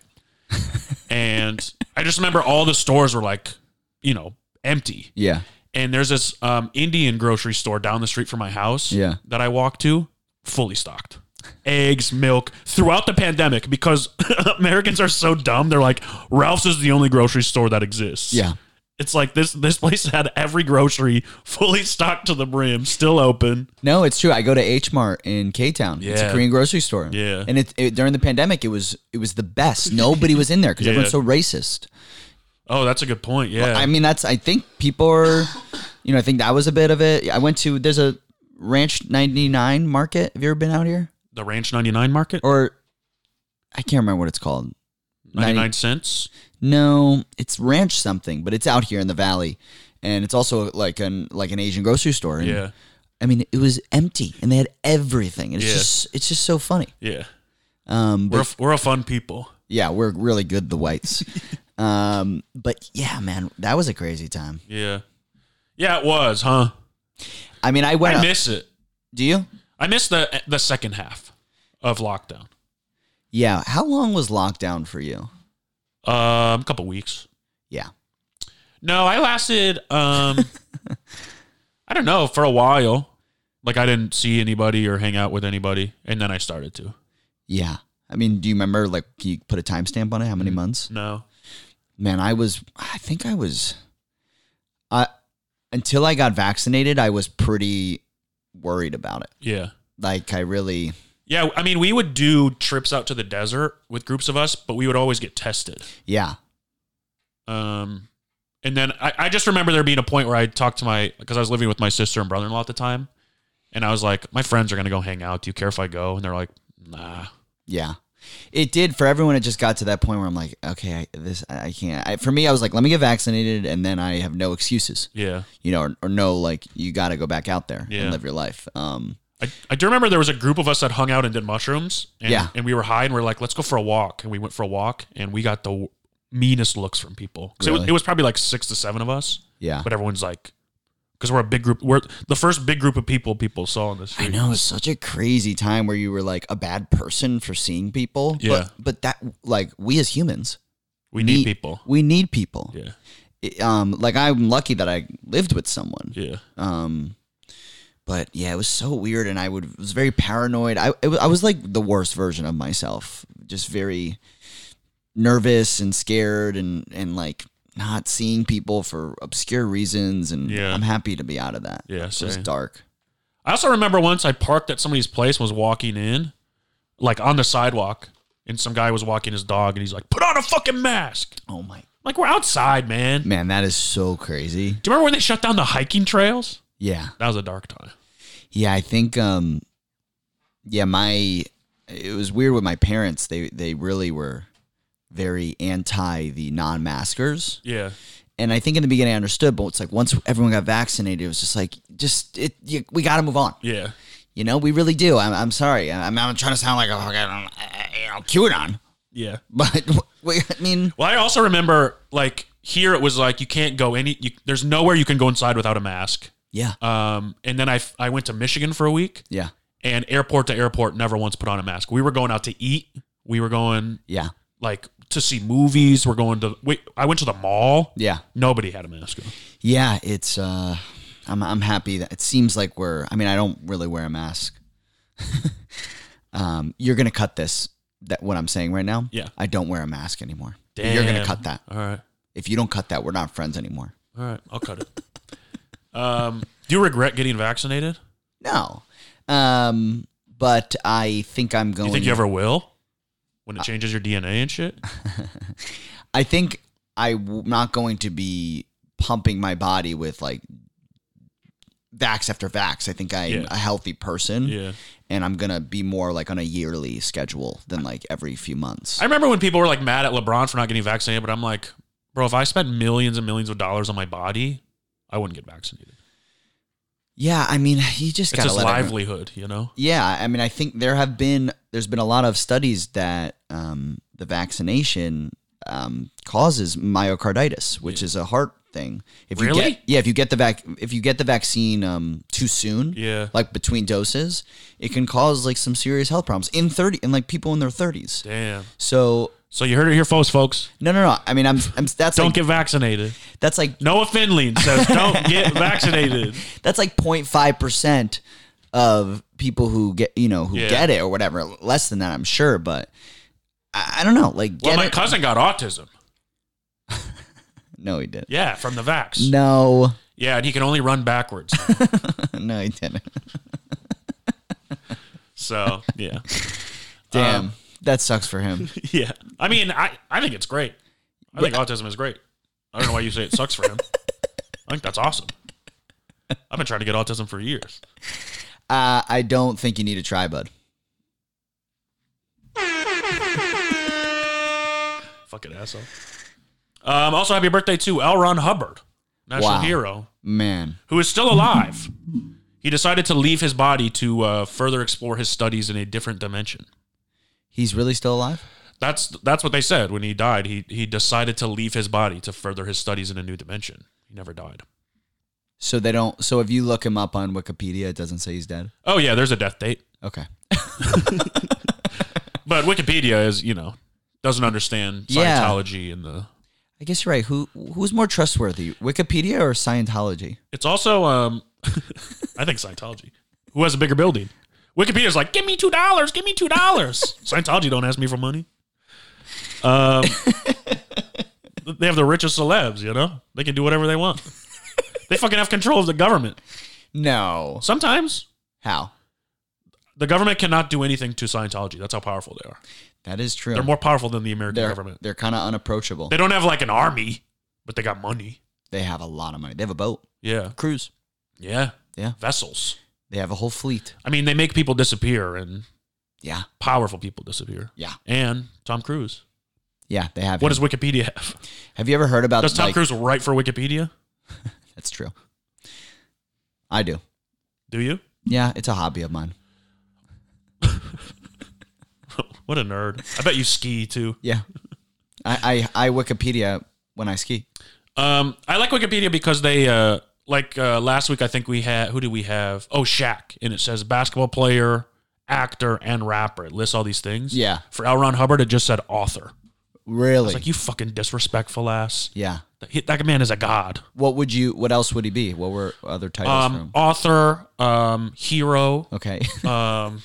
E: and I just remember all the stores were like, you know, empty.
F: Yeah.
E: and there's this um, Indian grocery store down the street from my house
F: Yeah.
E: that I walk to, fully stocked. Eggs, milk, throughout the pandemic, because Americans are so dumb. They're like, Ralph's is the only grocery store that exists.
F: Yeah.
E: It's like this this place had every grocery fully stocked to the brim, still open.
F: No, it's true. I go to H Mart in K Town. It's a
E: Yeah.
F: Korean grocery store.
E: Yeah.
F: And it, it during the pandemic, it was it was the best. Nobody was in there because
E: Yeah.
F: everyone's so racist.
E: Oh, that's a good point. Yeah.
F: I mean, that's I think people are, you know, I think that was a bit of it. I went to there's a Ranch 99 market. Have you ever been out here?
E: the Ranch 99 market,
F: Or I can't remember what it's called.
E: 99 cents.
F: No, it's Ranch something, but it's out here in the valley, and it's also like an like an Asian grocery store. And,
E: Yeah.
F: I mean, it was empty, and they had everything. It's
E: Yeah.
F: just it's just so funny.
E: Yeah.
F: Um, but
E: We're, a, we're a fun people.
F: yeah, we're really good the whites. um, but yeah, man, that was a crazy time.
E: Yeah. Yeah, it was, huh?
F: I mean, I went.
E: I
F: up-
E: miss it.
F: do you?
E: I miss the the second half of lockdown.
F: Yeah. How long was lockdown for you?
E: Um, couple weeks.
F: Yeah.
E: No, I lasted. Um, I don't know for a while. Like I didn't see anybody or hang out with anybody, and then I started to.
F: Yeah. I mean, do you remember? Like, can you put a timestamp on it? How many months?
E: No,
F: Man, I was. I think I was. I until I got vaccinated, I was pretty worried about it.
E: yeah,
F: Like, I really.
E: yeah. I mean, we would do trips out to the desert with groups of us, but we would always get tested.
F: Yeah.
E: Um, and then I, I just remember there being a point where I talked to my because I was living with my sister and brother in law at the time, And I was like, my friends are gonna go hang out. Do you care if I go? And they're like, nah.
F: Yeah. It did for everyone. It just got to that point where I'm like, okay, I, this I I can't. I, for me, I was like, let me get vaccinated, and then I have no excuses,
E: Yeah.
F: you know, or, or no like you got to go back out there
E: Yeah.
F: and live your life. Um,
E: I, I do remember there was a group of us that hung out and did mushrooms. And,
F: Yeah.
E: And we were high and we are like, let's go for a walk. And we went for a walk and we got the w- meanest looks from people. 'Cause it, was,
F: Really?
E: it was probably like six to seven of us,
F: yeah,
E: but everyone's like, because we're a big group. We're the first big group of people people saw on this.
F: I know it's such a crazy time where you were like a bad person for seeing people.
E: Yeah.
F: But, but that like we as humans
E: We need people.
F: We need people.
E: Yeah.
F: It- um, like I'm lucky that I lived with someone.
E: Yeah.
F: Um, but yeah, it was so weird, and I would was very paranoid. I it was, I was like the worst version of myself, just very nervous and scared, and and like not seeing people for obscure reasons. And
E: Yeah.
F: I'm happy to be out of that.
E: Yeah,
F: it was
E: same.
F: dark.
E: I also remember once I parked at somebody's place and was walking in, like on the sidewalk, and some guy was walking his dog and he's like, put on a fucking mask. I'm
F: Oh my
E: like, we're outside, man.
F: man, that is so
E: Do
F: crazy.
E: you remember when they shut down the hiking trails?
F: Yeah,
E: That was a dark time.
F: yeah. I think um, yeah, my it was weird with my parents. They they really were very anti the non-maskers.
E: Yeah.
F: and I think in the beginning I understood, but it's like once everyone got vaccinated, it was just like, just it, you, we got to move on.
E: Yeah.
F: You know, we really do. I'm, I'm sorry. I'm, I'm trying to sound like a fucking, uh, you know, QAnon,
E: Yeah.
F: but we, I mean,
E: Well, I also remember like here it was like you can't go any. You, there's nowhere you can go inside without a mask.
F: yeah,
E: Um, and then I f- I went to Michigan for a week,
F: yeah,
E: and airport to airport, never once put on a mask. We were going out to eat. We were going
F: yeah,
E: like to see movies. We're going to wait. I went to the mall.
F: yeah,
E: Nobody had a mask. on.
F: yeah. It's, uh, I'm, I'm happy that it seems like we're, I mean, I don't really wear a mask. um, you're going to cut this, that what I'm saying right now.
E: Yeah.
F: I don't wear a mask anymore. You're going to
E: Damn.
F: cut that.
E: All right.
F: If you don't cut that, we're not friends anymore.
E: All right. I'll cut it. um, do you regret getting vaccinated?
F: No. Um, but I think I'm
E: Do
F: going.
E: you think you ever will? When it changes your DNA and shit.
F: I think I'm not going to be pumping my body with like vax after vax. I think I'm
E: Yeah.
F: a healthy person,
E: Yeah.
F: and I'm gonna be more like on a yearly schedule than like every few months.
E: I remember when people were like mad at LeBron for not getting vaccinated, but I'm like, bro, if I spent millions and millions of dollars on my body, I wouldn't get vaccinated.
F: yeah, I mean, you
E: It's
F: just gotta
E: his
F: let everyone-
E: livelihood, you know?
F: Yeah, I mean, I think there have been there's been a lot of studies that um, the vaccination um, causes myocarditis, which is a heart thing. If you
E: Really?
F: get, yeah, if you get the vac if you get the vaccine um, too soon,
E: Yeah.
F: like between doses, it can cause like some serious health problems in thirty in like people in their thirties.
E: Damn.
F: So
E: So you heard it here first, folks.
F: no, no, no. I mean, I'm, I'm that's
E: Don't
F: like,
E: get vaccinated.
F: that's like
E: Noah Finley says, don't get vaccinated.
F: that's like 0.5 percent of people who get you know who
E: Yeah.
F: get it or whatever. Less than that, I'm sure, but I, I don't know. Like, get
E: Well, my
F: it?
E: cousin got autism.
F: no, he did. not
E: Yeah, from the vax.
F: No,
E: Yeah, and he can only run backwards.
F: no, he didn't.
E: So, yeah.
F: Damn, Um, that sucks for him.
E: Yeah. I mean, I, I think it's great. I think autism is great. I don't know why you say it sucks for him. I think that's awesome. I've been trying to get autism for years.
F: Uh, I don't think you need a try, bud.
E: Fucking asshole. Um, also, happy birthday to L. Ron Hubbard, national
F: Wow.
E: hero,
F: Man,
E: who is still alive. He decided to leave his body to uh, further explore his studies in a different dimension.
F: he's really still alive.
E: That's that's what they said when he died. He he decided to leave his body to further his studies in a new dimension. He never died.
F: So they don't. So if you look him up on Wikipedia, it doesn't say he's dead.
E: Oh yeah, there's a death date,
F: Okay.
E: but Wikipedia is you know doesn't understand
F: Yeah.
E: Scientology and the.
F: I guess you're right. Who who's more trustworthy, Wikipedia or Scientology?
E: It's also um, I think Scientology. Who has a bigger building? Wikipedia's like, give me two dollars, give me two dollars. Scientology don't ask me for money. Um, they have the richest celebs, you know. They can do whatever they want. They fucking have control of the government.
F: No.
E: Sometimes
F: How?
E: the government cannot do anything to Scientology. That's how powerful they are.
F: That is true.
E: They're more powerful than the American
F: they're,
E: government.
F: They're kind of unapproachable.
E: They don't have like an army, but they got money.
F: They have a lot of money. They have a boat,
E: Yeah,
F: cruise.
E: yeah,
F: Yeah.
E: Vessels.
F: They have a whole fleet.
E: I mean, they make people disappear and
F: Yeah,
E: powerful people disappear.
F: yeah,
E: And Tom Cruise.
F: yeah. They have.
E: What
F: him.
E: does Wikipedia have?
F: have you ever heard about?
E: Does Tom
F: like-
E: Cruise write for Wikipedia?
F: That's true. I do.
E: Do you?
F: Yeah, it's a hobby of mine.
E: What a nerd. I bet you ski too.
F: Yeah, I I, I Wikipedia when I ski.
E: Um, I like Wikipedia because they uh, like uh, last week. I think we had who do we have? Oh, Shaq, and it says basketball player, actor, and rapper. It lists all these things.
F: Yeah.
E: For L. Ron Hubbard, it just said author.
F: Really?
E: It's like you fucking disrespectful ass.
F: yeah.
E: He- That man is a god.
F: What would you? What else would he be? What were other titles?
E: Um, author, um, hero,
F: from? Okay.
E: um,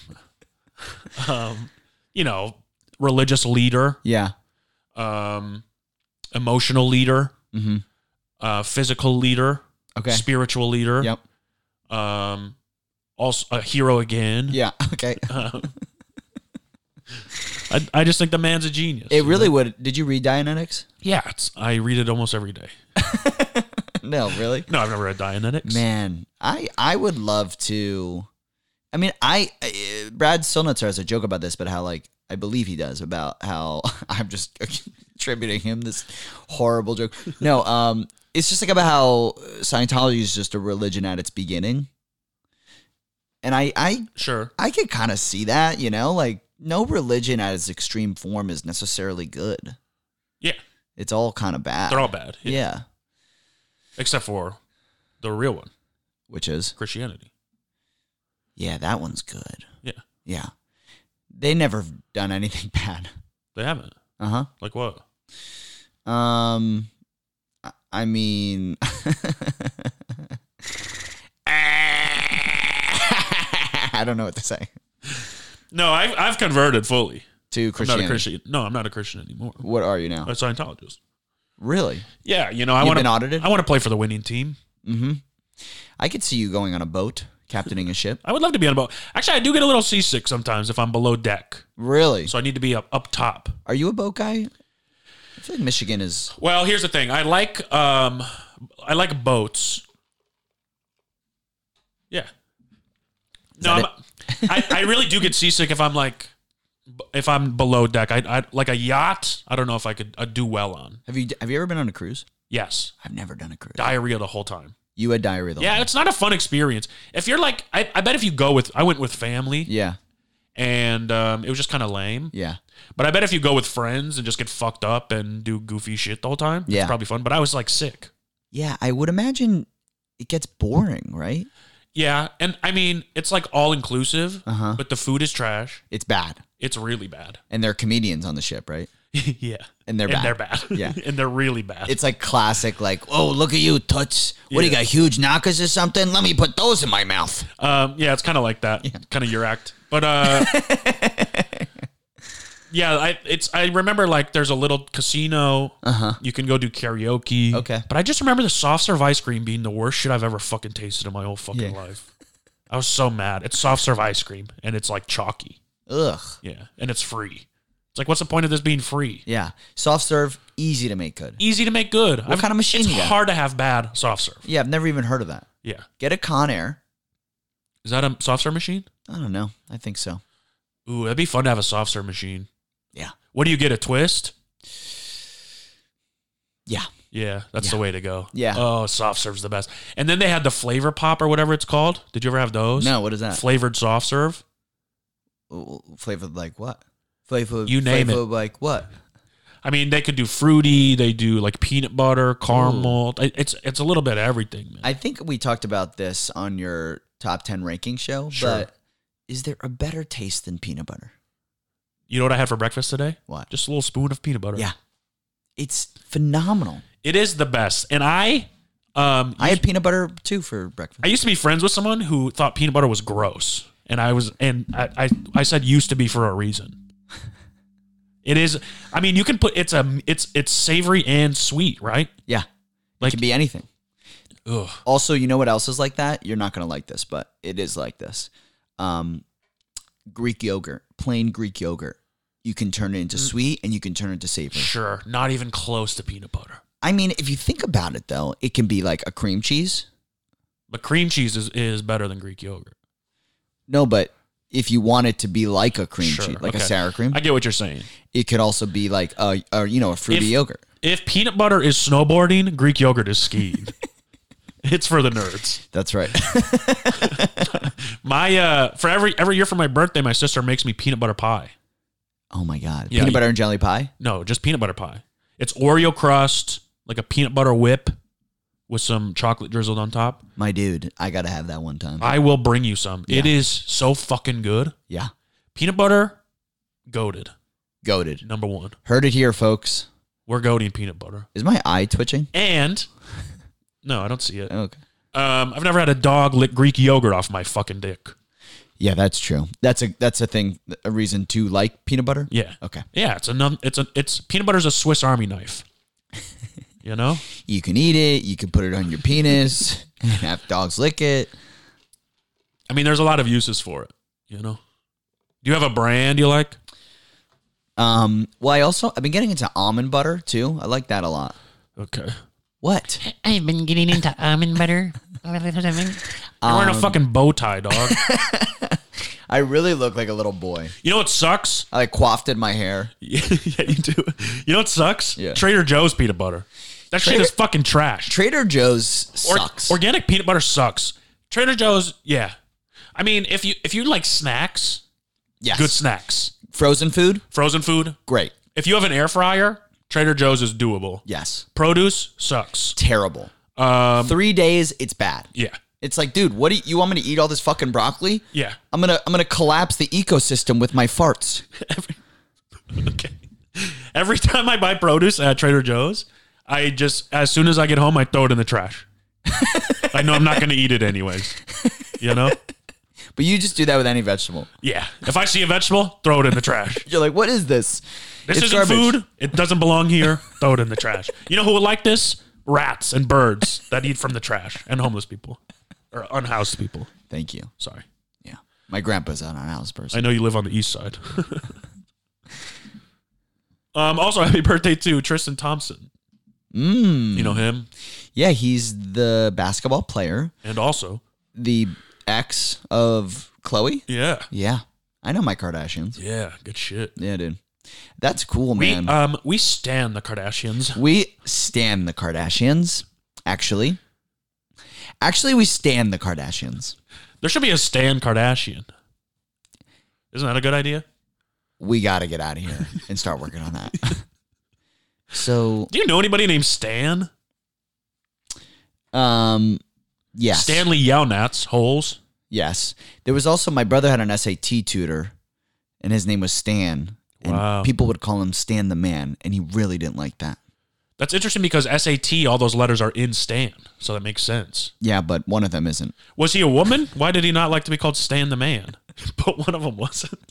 E: um, you know, religious leader,
F: yeah.
E: um, emotional leader,
F: Mm-hmm.
E: uh, physical leader,
F: Okay.
E: spiritual leader.
F: Yep.
E: um also a hero again
F: Yeah. Okay.
E: Um, I, I just think the man's a genius
F: It really would. Did you read Dianetics?
E: yeah it's, i read it almost every day
F: No, really.
E: no i've never read dianetics
F: Man, I I would love to. I mean, I uh, Brad Silnitzer has a joke about this, but how like I believe he does about how I'm just attributing him this horrible joke. No, um, it's just like about how Scientology is just a religion at its beginning, and I I
E: sure
F: I could kind of see that, you know, like no religion at its extreme form is necessarily good.
E: yeah
F: It's all kind of bad.
E: they're all bad
F: yeah.
E: except for the real one
F: which is
E: christianity
F: yeah, that one's good.
E: yeah
F: Yeah, they never have done anything bad.
E: they haven't
F: Uh
E: like what
F: huh. Um, I- I mean, I don't know what to say
E: no i've, I've converted fully
F: to
E: i'm not
F: Christianity.
E: a christian Uh, no i'm not a christian anymore
F: What are you now?
E: i'm a scientologist
F: Really?
E: yeah you know i
F: You've
E: want
F: been
E: to
F: audited?
E: i want to play for the winning team
F: Mm-hmm. I could see you going on a boat, captaining a ship.
E: i would love to be on a boat actually i do get a little seasick sometimes if i'm below deck
F: Really?
E: so i need to be up, up top
F: Are you a boat guy? I feel like Michigan is.
E: Well, here's the thing. I like um I like boats. Yeah. No, I'm,
F: that
E: I I really do get seasick if I'm like b- if I'm below deck. I I like a yacht. I don't know if I could i do well on.
F: Have you have you ever been on a cruise?
E: Yes,
F: I've never done a cruise.
E: diarrhea the whole time.
F: you had diarrhea the whole
E: Yeah, it's not a fun experience. If you're like, I, I bet if you go with, I went with family
F: Yeah.
E: and um, it was just kind of lame.
F: Yeah.
E: But I bet if you go with friends and just get fucked up and do goofy shit the whole time,
F: Yeah.
E: it's probably fun. But I was like sick.
F: Yeah. I would imagine it gets boring, right?
E: Yeah, and I mean it's like all inclusive,
F: Uh-huh.
E: but the food is trash.
F: It's bad.
E: It's really bad.
F: And they're comedians on the ship, right?
E: yeah,
F: And they're
E: and
F: bad.
E: they're bad.
F: Yeah.
E: and they're really bad.
F: It's like classic, like, oh, look at you, Toots. What do you
E: Yeah.
F: got, huge knockers or something? Let me put those in my mouth.
E: um, yeah, it's kind of like that, kind of your act. But uh, yeah, I it's I remember like there's a little casino. Uh-huh. You can go do karaoke.
F: Okay.
E: but I just remember the soft serve ice cream being the worst shit I've ever fucking tasted in my whole fucking
F: Yeah.
E: life. I was so mad. It's soft serve ice cream, and it's like chalky.
F: Ugh.
E: Yeah, and it's free. It's like, what's the point of this being free?
F: Yeah. Soft serve, easy to make good.
E: easy to make good. What
F: kind of machine
E: It's
F: you got?
E: hard to have bad soft serve.
F: Yeah, I've never even heard of that.
E: Yeah,
F: Get a Conair.
E: is that a soft serve machine?
F: I don't know. I think so.
E: Ooh, that'd be fun to have a soft serve machine.
F: Yeah.
E: What do you get? A twist?
F: Yeah.
E: Yeah, that's the way to go.
F: Yeah.
E: Oh, soft serve's the best. And then they had the flavor pop or whatever it's called. Did you ever have those?
F: No, what is that?
E: Flavored soft serve.
F: flavor like what? Flavor.
E: You name
F: flavor
E: it.
F: Like what?
E: I mean, they could do fruity. They do like peanut butter, caramel. I- It's it's a little bit of everything, man.
F: I think we talked about this on your top ten ranking show,
E: Sure.
F: but is there a better taste than peanut butter?
E: you know what I had for breakfast today?
F: What?
E: Just a little spoon of peanut butter.
F: Yeah, it's phenomenal.
E: It is the best. And I, um,
F: I had peanut butter too for breakfast.
E: I used to be friends with someone who thought peanut butter was gross, and I was, and I, I, I said used to be for a reason. It is. I mean, you can put it's a it's it's savory and sweet, right?
F: yeah, it
E: Like-
F: can be anything.
E: Ugh.
F: Also, you know what else is like that? You're not gonna like this, but it is like this. Um, Greek yogurt, plain Greek yogurt. You can turn it into
E: Mm.
F: sweet and you can turn it into savory.
E: Sure, not even close to peanut butter.
F: I mean, if you think about it though, it can be like a cream cheese.
E: But cream cheese is, is better than Greek yogurt.
F: No, but if you want it to be like a cream
E: Sure.
F: cheese, like a
E: okay.
F: sour cream,
E: I get what you're saying.
F: it could also be like a, a you know a fruity
E: If-
F: yogurt.
E: If peanut butter is snowboarding, Greek yogurt is skiing. it's for the nerds.
F: That's right.
E: My uh, for every every year for my birthday, my sister makes me peanut butter pie.
F: oh my god,
E: Yeah,
F: peanut
E: you-
F: butter and jelly pie.
E: No, just peanut butter pie. It's Oreo crust, like a peanut butter whip with some chocolate drizzled on top.
F: My dude, I gotta have that one time.
E: I will bring you some. It is so fucking good.
F: yeah,
E: Peanut butter, goaded.
F: goaded.
E: Number one.
F: Heard it here, folks.
E: We're goading peanut butter.
F: Is my eye twitching?
E: And no, I don't see it.
F: Okay.
E: Um, I've never had a dog lick Greek yogurt off my fucking dick.
F: Yeah, that's true. That's a that's a thing, a reason to like peanut butter.
E: Yeah.
F: Okay.
E: Yeah, it's a num- it's a it's peanut butter's a Swiss Army knife. You know?
F: You can eat it. You can put it on your penis. and have dogs lick it.
E: I mean, there's a lot of uses for it, you know. Do you have a brand you like?
F: Um. Well, I also I've been getting into almond butter too. I like that a lot.
E: Okay.
F: What?
G: I've been getting into almond butter.
E: You're wearing a fucking bow tie, dog.
F: I really look like a little boy.
E: you know what sucks?
F: I like coifted my hair.
E: yeah, you do. You know what sucks?
F: Yeah.
E: Trader Joe's peanut butter. That shit is fucking trash.
F: Trader Joe's
E: Or-
F: sucks.
E: Organic peanut butter sucks. Trader Joe's, yeah. I mean, if you if you like snacks,
F: yes.
E: good snacks.
F: Frozen food,
E: Frozen food,
F: great.
E: if you have an air fryer, Trader Joe's is doable.
F: Yes.
E: Produce sucks.
F: Terrible.
E: Um,
F: Three days, it's bad.
E: yeah,
F: It's like, dude, what do you, you want me to eat all this fucking broccoli?
E: yeah.
F: I'm gonna I'm gonna collapse the ecosystem with my farts.
E: Okay. Every time I buy produce at Trader Joe's, I just as soon as I get home, I throw it in the trash. I know I'm not going to eat it anyways. You know?
F: But you just do that with any vegetable.
E: Yeah. If I see a vegetable, throw it in the trash.
F: You're like, what is this?
E: This
F: It's
E: isn't
F: garbage.
E: food. It doesn't belong here. Throw it in the trash. You know who would like this? Rats and birds that eat from the trash and homeless people or unhoused people.
F: Thank you.
E: Sorry.
F: Yeah. My grandpa's not an house person.
E: I know you live on the east side. um, also, happy birthday to Tristan Thompson. Mm. You know him,
F: yeah, he's the basketball player,
E: and also,
F: the ex of Chloe.
E: yeah,
F: Yeah. I know my Kardashians.
E: yeah, good shit.
F: Yeah, dude. That's cool,
E: We
F: man.
E: um we stand the Kardashians.
F: We stand the Kardashians, actually. Actually, we stand the Kardashians.
E: There should be a Stan Kardashian. Isn't that a good idea?
F: We got to get out of here and start working on that. so,
E: Do you know anybody named Stan?
F: um, yes.
E: Stanley Yawnats Holes.
F: Yes. There was also my brother had an SAT tutor, and his name was Stan. And
E: Wow.
F: people would call him Stan the Man, and he really didn't like that.
E: That's interesting because SAT, all those letters are in Stan, so that makes sense.
F: Yeah, but one of them isn't.
E: Was he a woman? Why did he not like to be called Stan the Man? But one of them wasn't.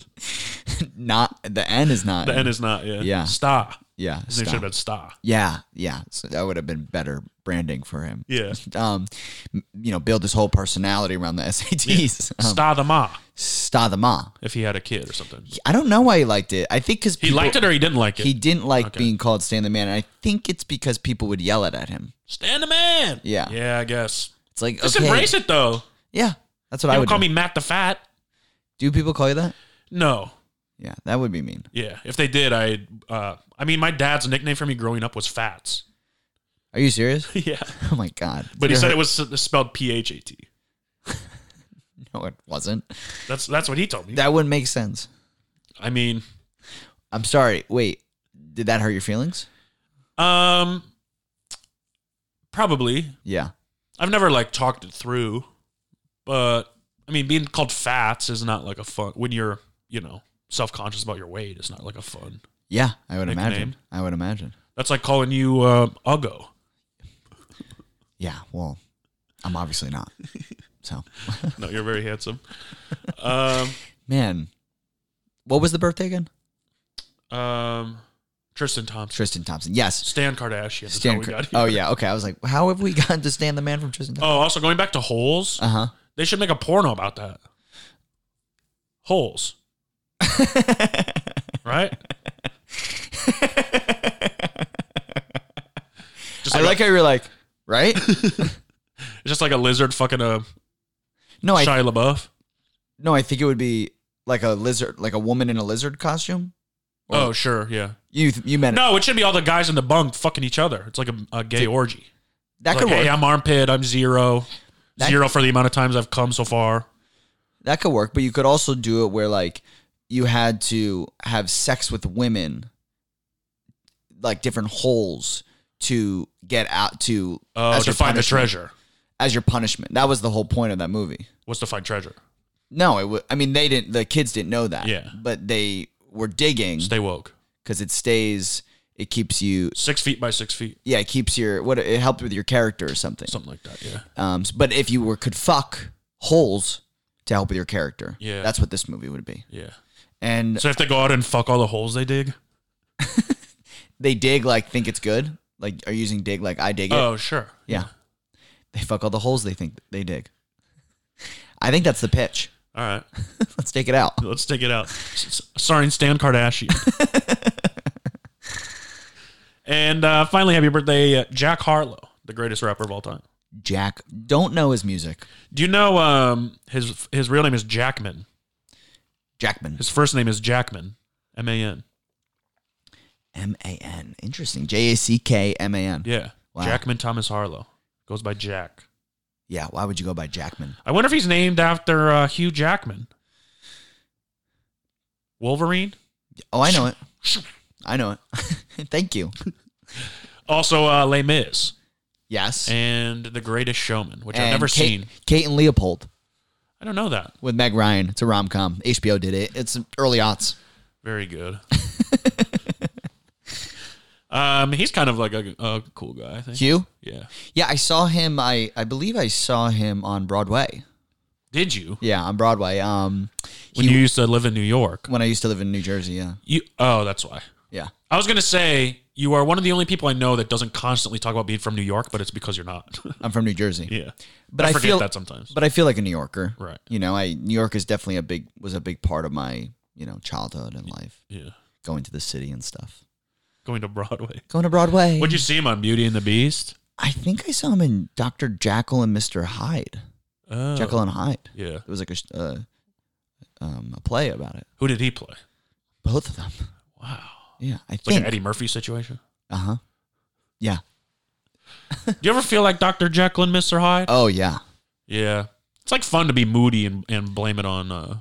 F: Not the N is not.
E: The N is not. Yeah.
F: Yeah.
E: Star.
F: yeah.
E: His name
F: stop.
E: should have been Star.
F: Yeah, yeah. So that would have been better branding for him.
E: Yeah.
F: um, m- you know, build his whole personality around the SATs. Um,
E: Star the Ma
F: Sta the ma.
E: if he had a kid or something.
F: I don't know why he liked it. I think because
E: He liked it or he didn't like it.
F: He didn't like
E: Okay.
F: being called Stan the Man. And I think it's because people would yell it at him.
E: Stan the Man.
F: Yeah.
E: Yeah, I guess.
F: It's like
E: Just
F: okay,
E: embrace it though.
F: Yeah, that's what I
E: People
F: would
E: call
F: do.
E: me Matt the Fat.
F: Do people call you that?
E: No.
F: Yeah, that would be mean.
E: Yeah. If they did, I. Uh, I mean, my dad's nickname for me growing up was Fats.
F: Are you serious?
E: yeah.
F: Oh my god!
E: But he
F: You're
E: said it
F: hurt-
E: was spelled P H A T.
F: no, it wasn't.
E: That's that's what he told me.
F: That wouldn't make sense.
E: I mean,
F: I'm sorry. Wait, did that hurt your feelings?
E: um, probably.
F: Yeah.
E: I've never like talked it through, but I mean, being called Fats is not like a fun when you're you know self conscious about your weight. It's not like a fun.
F: Yeah, I would imagine.
E: Nickname.
F: I would imagine.
E: That's like calling you uh, Uggo.
F: Yeah, well, I'm obviously not. So,
E: No, you're very handsome. Um,
F: man, what was the birthday again?
E: um, Tristan Thompson,
F: Tristan Thompson. Yes.
E: Stan Kardashian. is how
F: Stan.
E: we
F: Cr-
E: got here.
F: oh, yeah. Okay. I was like, how have we gotten to Stan the Man from Tristan
E: Oh,
F: Thompson?
E: also going back to holes,
F: Uh huh.
E: they should make a porno about that. Holes, right? Just
F: I like
E: a,
F: how you're like, right?
E: just like a lizard fucking a
F: No, I.
E: Shia LaBeouf.
F: No, I think it would be like a lizard, like a woman in a lizard costume.
E: Oh, sure, yeah.
F: You you meant
E: No, it should be all the guys in the bunk fucking each other. It's like a, a gay orgy.
F: that
E: It's
F: could
E: like,
F: work.
E: hey, I'm armpit. I'm zero,
F: That-
E: zero for the amount of times I've come so far.
F: that could work, but you could also do it where like you had to have sex with women, like different holes to get out to
E: Uh,
F: as
E: to
F: your
E: find the
F: punishment-
E: treasure.
F: As your punishment, that was the whole point of that movie.
E: What's to find treasure?
F: No, it. wa I mean, they didn't. The kids didn't know that.
E: Yeah.
F: but they were digging
E: Stay woke.
F: because it stays. It keeps you.
E: Six feet by six feet,
F: Yeah, it keeps your what it helped with your character or something.
E: something like that. Yeah.
F: Um, s- but if you were could fuck holes to help with your character,
E: Yeah.
F: that's what this movie would be.
E: Yeah.
F: And
E: So if they go out and fuck all the holes they dig.
F: they dig like think it's good, like are using dig like I dig it.
E: Oh, sure.
F: yeah, they fuck all the holes they think they dig. I think that's the pitch.
E: All right.
F: Let's take it out.
E: Let's take it out. S- s- Starring Stan Kardashian. and uh, finally, happy birthday, uh, Jack Harlow, the greatest rapper of all time.
F: Jack don't know his music.
E: Do you know um, his his real name is Jackman?
F: Jackman,
E: His first name is Jackman, M A N.
F: M A N. Interesting. J A C K M A N.
E: Yeah.
F: Wow.
E: Jackman Thomas Harlow goes by Jack.
F: Yeah. Why would you go by Jackman?
E: I wonder if he's named after uh, Hugh Jackman. Wolverine.
F: Oh, I know it. I know it. Thank you.
E: Also, uh, Les Mis
F: Yes.
E: and The Greatest Showman, which I've
F: And
E: never
F: Kate,
E: seen.
F: Kate and Leopold.
E: I don't know that.
F: with Meg Ryan. It's a rom com. HBO did it. It's early aughts.
E: Very good. um, he's kind of like a, a cool guy. I think.
F: Hugh.
E: Yeah.
F: Yeah, I saw him. I I believe I saw him on Broadway.
E: Did you
F: Yeah, on Broadway. Um,
E: when you used to live in New York?
F: when I used to live in New Jersey. Yeah,
E: You. Oh, that's why.
F: yeah.
E: I was gonna say you are one of the only people I know that doesn't constantly talk about being from New York, but it's because you're not.
F: I'm from New Jersey.
E: yeah.
F: But I
E: forget
F: feel-
E: that sometimes.
F: But I feel like a New Yorker.
E: Right.
F: You know, I New York is definitely a big was a big part of my you know childhood and life.
E: yeah.
F: Going to the city and stuff.
E: Going to Broadway.
F: Going to Broadway.
E: Would you see him on Beauty and the Beast?
F: I think I saw him in Doctor Jackal and Mister Hyde.
E: Oh.
F: Jekyll and Hyde.
E: Yeah.
F: It was like a sh- uh, um, a play about it.
E: Who did he play?
F: Both of them.
E: Wow.
F: Yeah, I
E: It's like
F: think.
E: an Eddie Murphy situation.
F: Uh huh. Yeah.
E: Do you ever feel like Dr. Jekyll and Mr. Hyde?
F: Oh yeah.
E: Uh, Yeah. It's like fun to be moody and, and blame it on uh,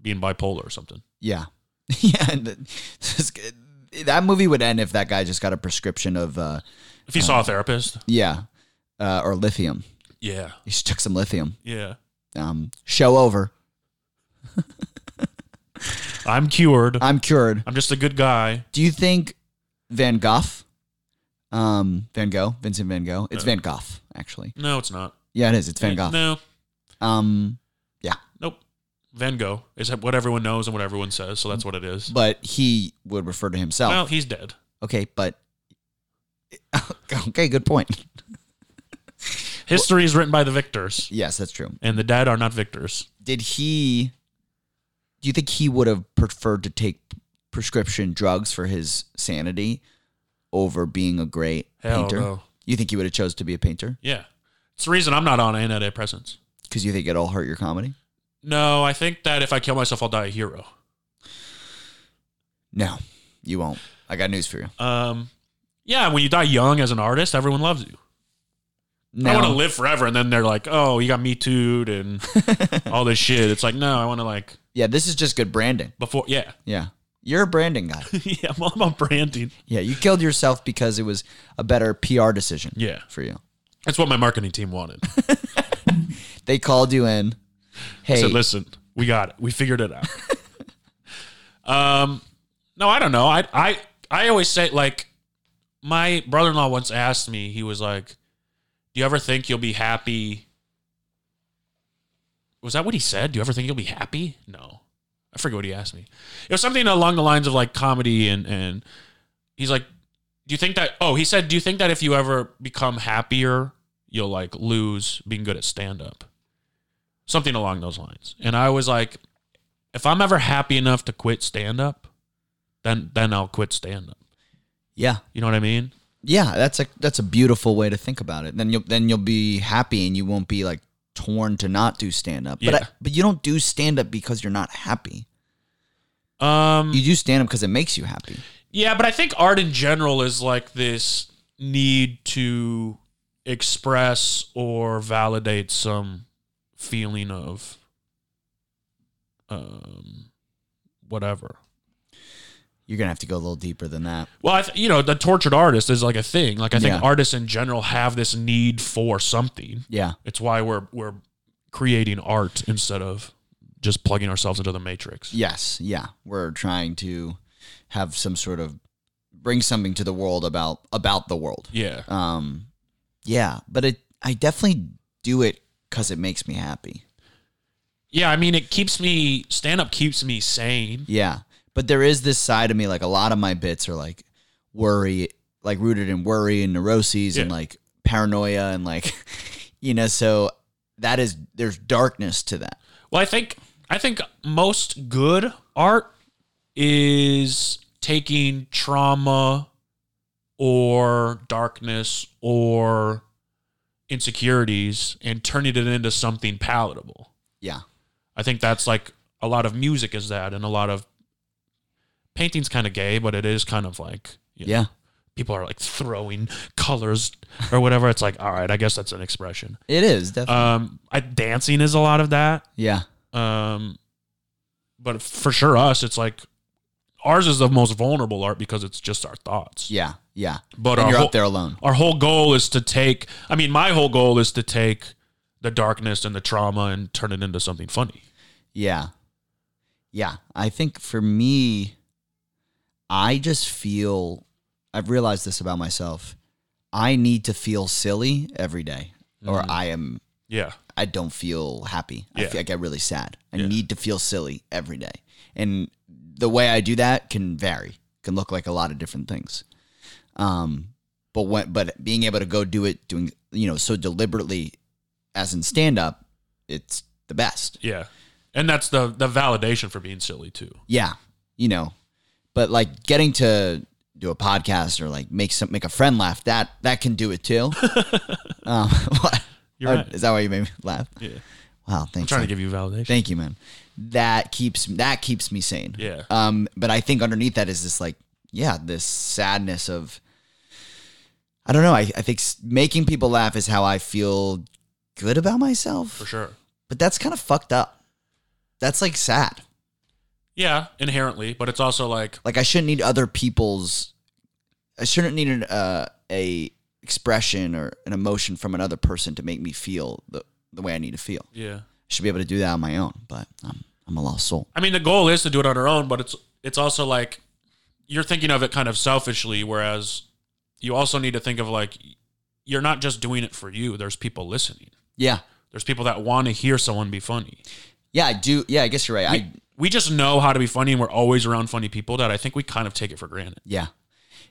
E: being bipolar or something.
F: Yeah. yeah. And the- that movie would end if that guy just got a prescription of uh
E: If you saw a therapist.
F: yeah uh, or lithium.
E: Yeah.
F: He just took some lithium.
E: Yeah.
F: Um, show over.
E: I'm cured.
F: I'm cured.
E: I'm just a good guy.
F: Do you think Van Gogh? Um, Van Gogh, Vincent Van Gogh.
E: Uh,
F: It's Van Gogh, actually.
E: No, it's not.
F: Yeah, it is. It's Van Gogh.
E: No.
F: Um, yeah,
E: Nope. Van Gogh is what everyone knows and what everyone says, so that's what it is.
F: but he would refer to himself.
E: Well, he's dead.
F: okay, but okay, good point.
E: History is written by the victors,
F: Yes, that's true.
E: and the dead are not victors.
F: did he do you think he would have preferred to take prescription drugs for his sanity over being a great
E: Hell
F: painter
E: no.
F: you think he would have chose to be a painter
E: Yeah. It's the reason I'm not on antidepressants.
F: because you think it'll hurt your comedy
E: No, I think that if I kill myself, I'll die a hero.
F: no you won't i got news for you
E: Um, yeah, when you die young as an artist, everyone loves you.
F: no
E: I want to live forever, and then they're like, "Oh, you got me tooed and all this shit." It's like, no, I want to like
F: yeah this is just good branding
E: before. Yeah,
F: yeah you're a branding guy
E: yeah, I'm all about branding.
F: yeah you killed yourself because it was a better pr decision
E: Yeah.
F: for you
E: That's what my marketing team wanted.
F: they called you in hey
E: I said, "Listen, we got it. We figured it out." um, no, I don't know. I I I always say like my brother-in-law once asked me. He was like, "Do you ever think you'll be happy?" Was that what he said? Do you ever think you'll be happy? No, I forget what he asked me. It was something along the lines of like comedy and and he's like, "Do you think that?" Oh, he said, "Do you think that if you ever become happier, you'll like lose being good at stand-up?" something along those lines. And I was like, if I'm ever happy enough to quit stand up, then then I'll quit stand up.
F: yeah
E: You know what I mean?
F: Yeah, that's a that's a beautiful way to think about it. Then you'll then you'll be happy and you won't be like torn to not do stand up. But
E: Yeah.
F: I, but you don't do stand up because you're not happy.
E: Um,
F: You do stand up because it makes you happy.
E: yeah, but I think art in general is like this need to express or validate some feeling of um, whatever.
F: You're gonna have to go a little deeper than that.
E: Well, I th- you know, the tortured artist is like a thing. Like I think
F: Yeah.
E: artists in general have this need for something.
F: Yeah.
E: It's why we're we're creating art instead of just plugging ourselves into the matrix.
F: Yes. Yeah. We're trying to have some sort of bring something to the world about about the world.
E: Yeah.
F: Um, yeah. But it, I definitely do it because it makes me happy.
E: Yeah, I mean it keeps me stand up keeps me sane.
F: Yeah. But there is this side of me, like a lot of my bits are like worry, like rooted in worry and neuroses and
E: Yeah.
F: like paranoia and like, you know, so that is, there's darkness to that.
E: Well, I think I think most good art is taking trauma or darkness or insecurities and turning it into something palatable.
F: Yeah.
E: I think that's like a lot of music is that, and a lot of painting's kind of gay, but it is kind of like you know,
F: Yeah.
E: people are like throwing colors or whatever. It's like all right, I guess that's an expression.
F: It is definitely.
E: Um, I, dancing is a lot of that.
F: yeah.
E: Um, but for sure, us, it's like ours is the most vulnerable art because it's just our thoughts.
F: Yeah. Yeah.
E: But
F: and
E: our
F: you're
E: whole-
F: up there alone.
E: Our whole goal is to take. I mean, my whole goal is to take the darkness and the trauma and turn it into something funny.
F: Yeah. Yeah. I think for me, I just feel, I've realized this about myself. I need to feel silly every day, or I am
E: Yeah.
F: I don't feel happy. I
E: Yeah.
F: feel, I get really sad. I need to feel silly every day. And the way I do that can vary, can look like a lot of different things. Um, but when, but being able to go do it, doing, you know, so deliberately as in stand up, it's the best.
E: Yeah. And that's the the validation for being silly too.
F: Yeah. You know, but like getting to do a podcast or like make some, make a friend laugh, that, that can do it too. um, what?
E: You're
F: Oh,
E: right.
F: Is that why you made me laugh? Yeah. Wow. Thanks.
E: I'm trying to
F: man.
E: give you validation.
F: Thank you, man. That keeps that keeps me sane.
E: Yeah.
F: Um, but I think underneath that is this like, yeah, this sadness of I don't know. I, I think s- making people laugh is how I feel good about myself.
E: for sure.
F: But that's kind of fucked up. That's like sad.
E: Yeah, inherently, but it's also like
F: Like I shouldn't need other people's I shouldn't need an uh, a expression or an emotion from another person to make me feel the the way I need to feel. I
E: yeah.
F: should be able to do that on my own, but I'm I'm a lost soul.
E: I mean, the goal is to do it on our own, but it's it's also like you're thinking of it kind of selfishly whereas you also need to think of like you're not just doing it for you. There's people listening.
F: Yeah.
E: There's people that want to hear someone be funny.
F: Yeah, I do. Yeah, I guess you're right. I
E: We just know how to be funny and we're always around funny people that I think we kind of take it for granted.
F: yeah,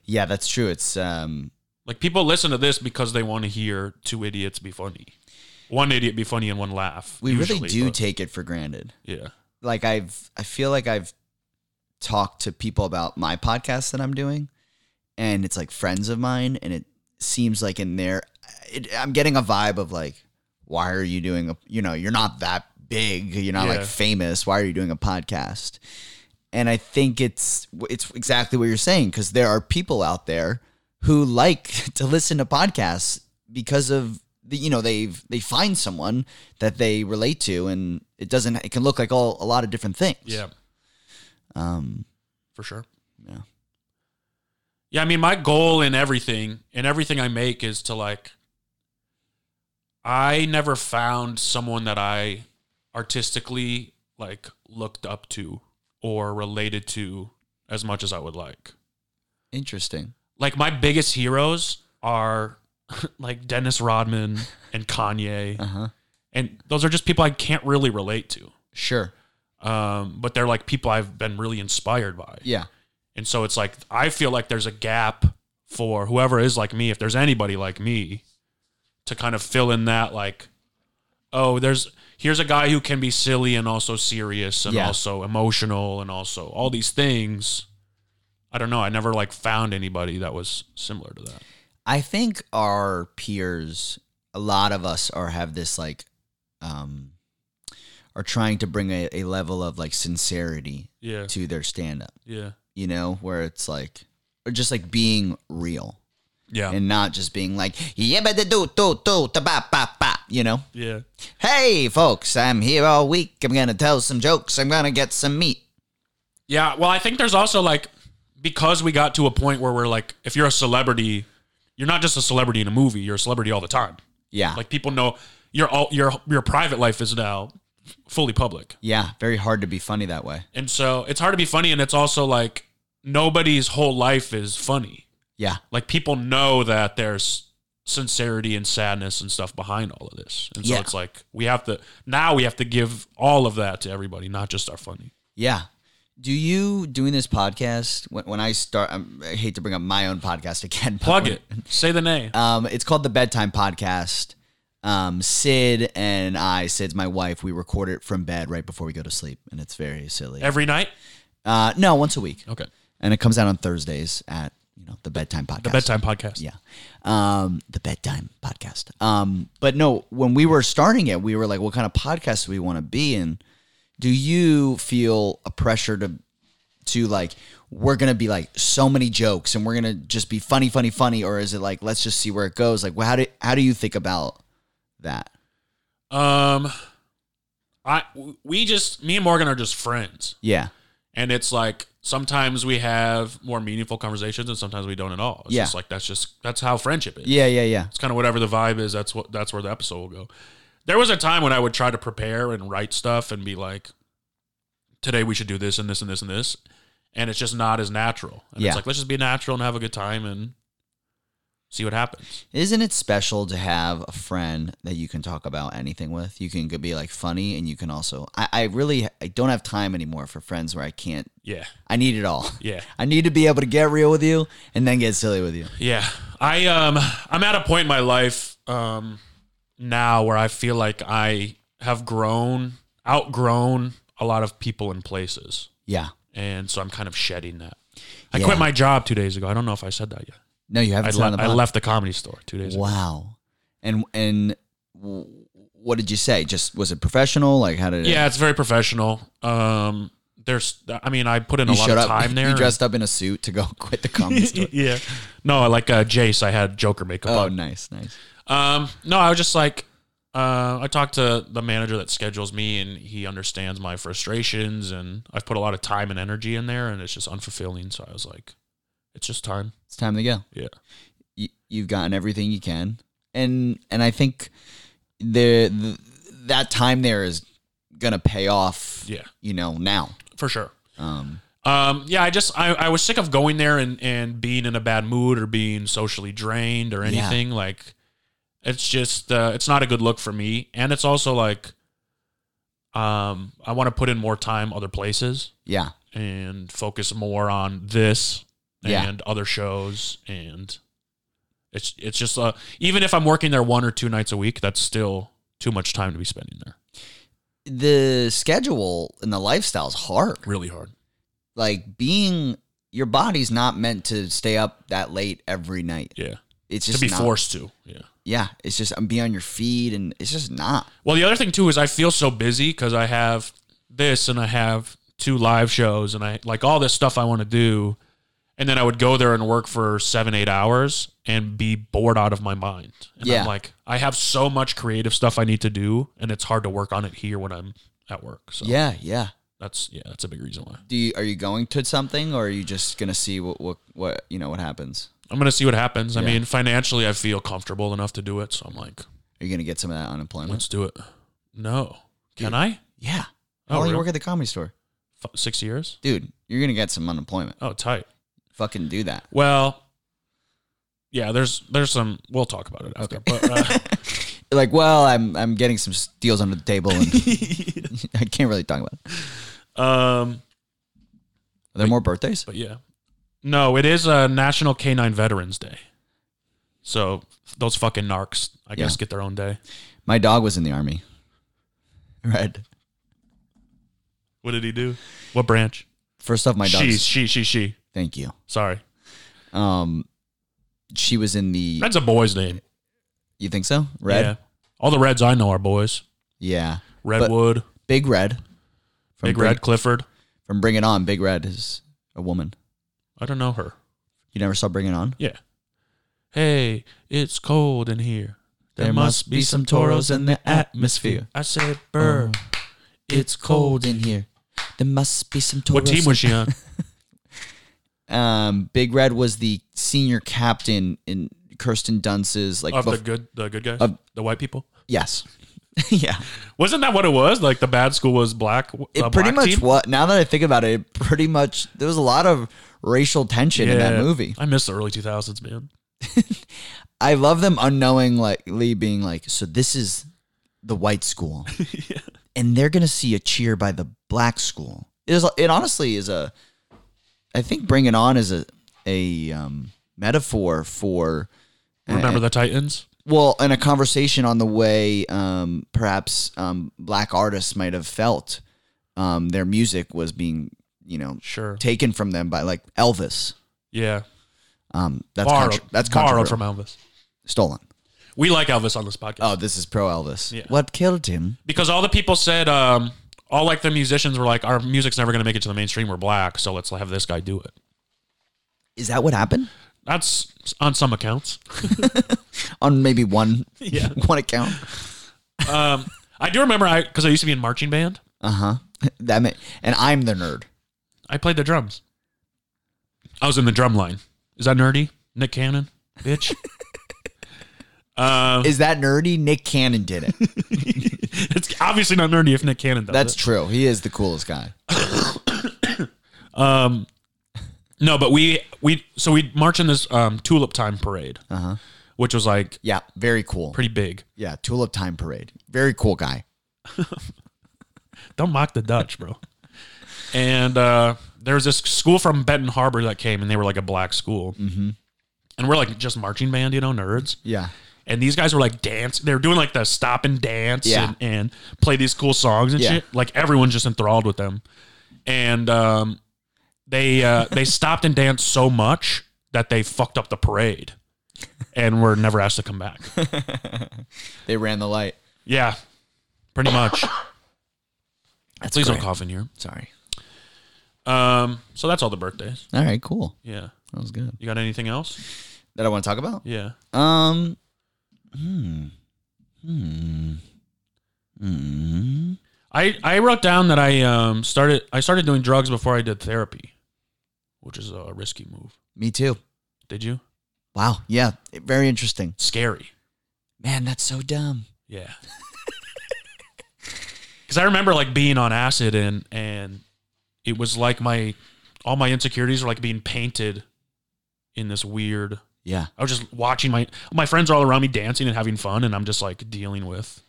F: yeah, that's true. It's um,
E: Like people listen to this because they want to hear two idiots be funny. One idiot be funny and one laugh.
F: we
E: usually,
F: really do
E: but-
F: take it for granted.
E: Yeah.
F: Like I've, I feel like I've talked to people about my podcast that I'm doing, and it's like friends of mine, and it seems like in there, it, I'm getting a vibe of like, why are you doing a, you know, you're not that big, you're not like
E: Yeah.
F: famous. Why are you doing a podcast? and I think it's it's exactly what you're saying because there are people out there who like to listen to podcasts because of the you know they've they find someone that they relate to and it doesn't it can look like all a lot of different things
E: Yeah.
F: um
E: for sure.
F: Yeah.
E: Yeah, I mean, my goal in everything, in everything I make, is to like. I never found someone that I artistically like looked up to or related to as much as I would like.
F: interesting
E: Like my biggest heroes are like Dennis Rodman and Kanye,
F: uh huh
E: and those are just people I can't really relate to.
F: sure
E: Um, but they're like people I've been really inspired by.
F: yeah
E: And so it's like I feel like there's a gap for whoever is like me, if there's anybody like me, to kind of fill in that like, oh, there's here's a guy who can be silly and also serious and
F: Yeah.
E: also emotional and also all these things. I don't know. I never like found anybody that was similar to that.
F: I think our peers, a lot of us are have this like um, are trying to bring a, a level of like sincerity
E: Yeah.
F: to their stand up,
E: Yeah.
F: you know, where it's like, or just like being real
E: Yeah.
F: and not just being like, yeah, but the do, do, do, ta ba, ba, ba, you know?
E: yeah.
F: Hey, folks, I'm here all week. I'm going to tell some jokes. I'm going to get some meat.
E: Yeah. Well, I think there's also like because we got to a point where we're like, if you're a celebrity, you're not just a celebrity in a movie. You're a celebrity all the time.
F: Yeah.
E: Like people know your all your your private life is now fully public,
F: yeah. Very hard to be funny that way.
E: and so it's hard to be funny. And it's also like nobody's whole life is funny.
F: Yeah.
E: Like people know that there's sincerity and sadness and stuff behind all of this, and so
F: Yeah.
E: it's like we have to now we have to give all of that to everybody, not just our funny.
F: Yeah. Do you doing this podcast when, when I start? I'm, I hate to bring up my own podcast again. but
E: Plug
F: when-
E: it. Say the name.
F: Um, it's called the Bedtime Podcast. Um, Sid and I, Sid's my wife, we record it from bed right before we go to sleep, and it's very silly.
E: Every night.
F: Uh, no, once a week,
E: Okay.
F: and it comes out on Thursdays at you know the Bedtime Podcast.
E: The bedtime podcast.
F: Yeah. Um, the bedtime podcast. Um, but no, when we were starting it, we were like, what kind of podcast do we want to be in? Do you feel a pressure to, to like, we're going to be like so many jokes and we're going to just be funny, funny, funny. Or is it like, let's just see where it goes? Like, well, how do, how do you think about that?
E: Um, I we just me and Morgan are just friends,
F: Yeah.
E: and it's like sometimes we have more meaningful conversations, and sometimes we don't at all. It's
F: Yeah.
E: just like that's just that's how friendship is.
F: Yeah. Yeah. Yeah.
E: it's kind of whatever the vibe is. That's what that's where the episode will go. There was a time when I would try to prepare and write stuff and be like, today we should do this and this and this and this, and it's just not as natural. And
F: Yeah.
E: it's like let's just be natural and have a good time and see what happens.
F: Isn't it special to have a friend that you can talk about anything with? You can go be like funny and you can also, I, I really, I don't have time anymore for friends where I can't
E: Yeah,
F: I need it all.
E: yeah.
F: I need to be able to get real with you and then get silly with you.
E: Yeah. I um I'm at a point in my life um now where I feel like I have grown, outgrown a lot of people and places.
F: Yeah.
E: And so I'm kind of shedding that. I
F: Yeah.
E: quit my job two days ago. I don't know if I said that yet.
F: No, you
E: I,
F: haven't. said on
E: le-
F: the
E: I
F: pod-
E: left the comedy store two days ago.
F: Wow. And and w- what did you say? Just was it professional? Like how did it?
E: Yeah, it's very professional. Um there's I mean, I put in
F: You
E: a lot
F: showed
E: of
F: up.
E: time there.
F: You dressed up in a suit to go quit the comedy store.
E: yeah. No, like uh Jace, I had Joker makeup
F: Oh,
E: on.
F: nice, nice.
E: Um, no, I was just like, uh, I talked to the manager that schedules me, and he understands my frustrations, and I've put a lot of time and energy in there, and it's just unfulfilling. So I was like, it's just time.
F: It's time to go.
E: Yeah.
F: You, you've gotten everything you can, and and I think the, the that time there is gonna pay off.
E: Yeah.
F: You know now.
E: for sure.
F: Um.
E: Um, yeah, I just I, I was sick of going there and and being in a bad mood or being socially drained or
F: Yeah.
E: anything. Like, it's just uh, it's not a good look for me, and it's also like, um, I want to put in more time other places.
F: Yeah.
E: and focus more on this
F: Yeah.
E: and other shows and it's it's just uh, even if I'm working there one or two nights a week, that's still too much time to be spending there.
F: The schedule and the lifestyle is hard.
E: Really hard.
F: like being your body's not meant to stay up that late every night.
E: Yeah.
F: It's
E: To
F: just
E: be
F: not,
E: forced to. Yeah.
F: Yeah, it's just um, be on your feet, and it's just not.
E: Well, the other thing too is I feel so busy cuz I have this and I have two live shows and I like all this stuff I want to do and then I would go there and work for 7-8 hours and be bored out of my mind. And
F: Yeah.
E: I'm like I have so much creative stuff I need to do and it's hard to work on it here when I'm at work. So
F: Yeah, yeah.
E: That's yeah, that's a big reason why.
F: Do you are you going to something, or are you just gonna see what what what you know what happens?
E: I'm gonna see what happens. I mean, financially, I feel comfortable enough to do it, so I'm like,
F: Are you gonna get some of that unemployment?
E: let's do it. No, can I? Oh,
F: Yeah. How long you
E: really?
F: work at the comedy store,
E: F- six years?
F: dude? You're gonna get some unemployment.
E: Oh, tight.
F: Fucking do that.
E: Well, yeah. There's there's some. We'll talk about it after. But uh,
F: You're like, well, I'm I'm getting some s- deals under the table, and I can't really talk about. It.
E: um,
F: Are there more birthdays?
E: but yeah, no, it is a National Canine Veterans Day. So those fucking narcs, I guess,
F: Yeah.
E: get their own day.
F: My dog was in the army. Red.
E: What did he do? What branch?
F: First off, my dog.
E: she, she, she, she.
F: Thank you.
E: Sorry,
F: Um, she was in the.
E: that's a boy's name.
F: You think so? Red.
E: Yeah. All the Reds I know are boys.
F: Yeah.
E: Redwood,
F: Big Red. From
E: Big
F: Bring-
E: Red, Clifford.
F: From Bring It On. Big Red is a woman.
E: I don't know her.
F: You never saw Bring It On?
E: Yeah. Hey, it's cold in here. There, must, be some toros in the atmosphere. I said, burr,
F: Oh.
E: it's cold in
F: here. There must be some
E: What team was she on?
F: Um, Big Red was the senior captain in Kirsten Dunst's like
E: of the
F: bef-
E: good, the good guys,
F: Of-
E: the white people.
F: yes, yeah.
E: Wasn't that what it was? Like the bad school was black.
F: It
E: the
F: pretty
E: black
F: much
E: team?
F: what now that I think about it, it pretty much there was a lot of racial tension in that
E: Yeah.
F: movie.
E: I miss the early two thousands, man.
F: I love them unknowingly being like, so this is the white school, and they're gonna see a cheer by the black school. It is. It honestly is a. I think Bring It On is a a um, metaphor for
E: Remember the Titans?
F: well in a conversation on the way um, perhaps um, black artists might have felt um, their music was being you know
E: Sure.
F: taken from them by like elvis
E: Yeah.
F: um, that's
E: borrowed.
F: contro- that's
E: borrowed
F: controversial.
E: from Elvis.
F: stolen
E: We like Elvis on this podcast
F: oh this is pro elvis
E: Yeah.
F: what killed him
E: because all the people said, um, all like the musicians were like, our music's never going to make it to the mainstream. We're black, so let's have this guy do it.
F: is that what happened
E: That's on some accounts.
F: on maybe one
E: Yeah.
F: one account
E: Um, I do remember I because I used to be in marching band.
F: uh-huh that may- and i'm the nerd
E: I played the drums. I was in the drum line. Is that nerdy? Nick Cannon, bitch. Um,
F: is that nerdy nick cannon did it
E: it's obviously not nerdy if Nick Cannon does
F: that's
E: it.
F: true he is the coolest guy
E: No, but we we so we march in this um, tulip time parade, which was like
F: yeah very cool
E: pretty big.
F: yeah tulip time parade very cool guy
E: Don't mock the Dutch, bro. and uh, there was this school from Benton Harbor that came, and they were like a black school, mm-hmm. and we're like just marching band, you know, nerds.
F: yeah
E: And these guys were like dance. They were doing like the stop and dance
F: Yeah.
E: and, and play these cool songs and
F: Yeah.
E: shit. Like everyone's just enthralled with them. And um, they uh, they stopped and danced so much that they fucked up the parade and were never asked to come back.
F: they ran the light
E: Yeah, pretty much.
F: That's
E: Please don't
F: great.
E: cough in here.
F: Sorry.
E: Um, so that's all the birthdays.
F: All right, cool.
E: Yeah.
F: That was good.
E: You got anything else?
F: That I want to talk about?
E: Yeah.
F: Um. Hmm. Hmm. Hmm.
E: I, I wrote down that I um started I started doing drugs before I did therapy, which is a risky move.
F: Me too.
E: Did you?
F: Wow. Yeah. Very interesting.
E: Scary.
F: Man, that's so dumb.
E: Yeah. Cause I remember like being on acid and and it was like my all my insecurities were like being painted in this weird
F: Yeah.
E: I was just watching my my friends are all around me dancing and having fun and I'm just like dealing with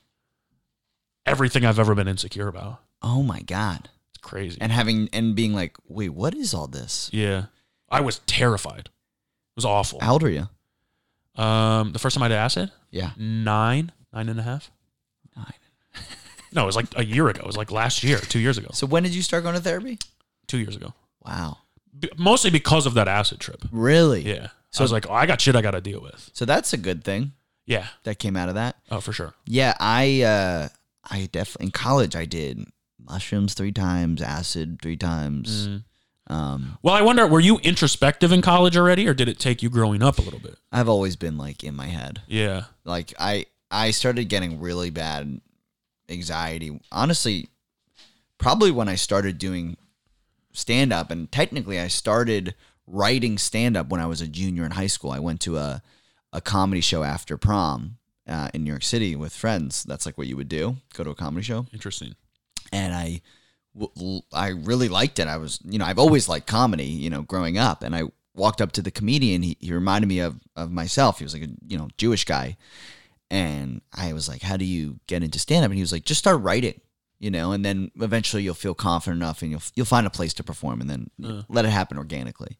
E: everything I've ever been insecure about.
F: Oh my god.
E: It's crazy.
F: And having and being like, wait, what is all this?
E: yeah. I was terrified. It was awful.
F: How old are you?
E: Um the first time I did acid,
F: Yeah.
E: nine, nine and a half.
F: Nine.
E: No, it was like a year ago. It was like last year, two years ago.
F: So when did you start going to therapy?
E: Two years ago.
F: Wow.
E: B- mostly because of that acid trip.
F: Really?
E: Yeah. So I was like, oh, I got shit I got to deal with.
F: So that's a good thing
E: Yeah.
F: that came out of that.
E: Oh, for sure.
F: Yeah, I uh I definitely in college I did mushrooms three times, acid three times. Um
E: Well, I wonder, were you introspective in college already, or did it take you growing up a little bit?
F: I've always been like in my head.
E: Yeah.
F: Like I I started getting really bad anxiety. Honestly, probably when I started doing stand up and technically I started writing stand up when I was a junior in high school. I went to a a comedy show after prom uh, in New York City with friends. That's like what you would do. Go to a comedy show.
E: Interesting.
F: and I, w- l- I really liked it. I was, you know, I've always liked comedy, you know, growing up. And I walked up to the comedian. He, he reminded me of, of myself. He was like a, you know, Jewish guy. And I was like, how do you get into stand up? And he was like, just start writing, you know, and then eventually you'll feel confident enough and you'll, you'll find a place to perform and then let it happen organically,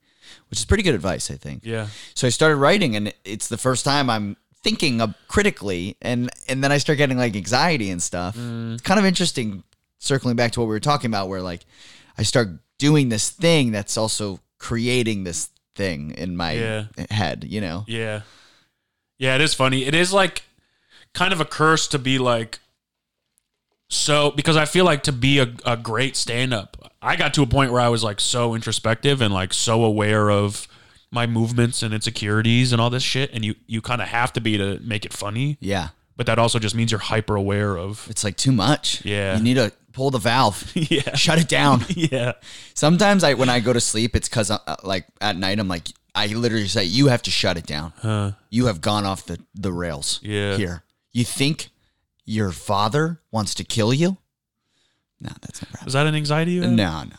F: which is pretty good advice, I think.
E: Yeah.
F: So I started writing, and it's the first time I'm thinking of critically, and and then I start getting like anxiety and stuff.
E: Mm.
F: It's kind of interesting, circling back to what we were talking about, where like I start doing this thing that's also creating this thing in my
E: Yeah.
F: head, you know?
E: Yeah. Yeah, it is funny. It is like kind of a curse to be like So, because I feel like to be a, a great stand up, I got to a point where I was like so introspective and like so aware of my movements and insecurities and all this shit. And you, you kind of have to be to make it funny.
F: Yeah.
E: But that also just means you're hyper aware of.
F: It's like too much.
E: Yeah.
F: You need to pull the valve.
E: Yeah.
F: Shut it down.
E: Yeah.
F: Sometimes I, when I go to sleep, it's because uh, like at night I'm like I literally say you have to shut it down. You have gone off the the rails.
E: Yeah.
F: Here, you think your father wants to kill you? No, that's not right.
E: Is that an anxiety? you have?
F: No, no.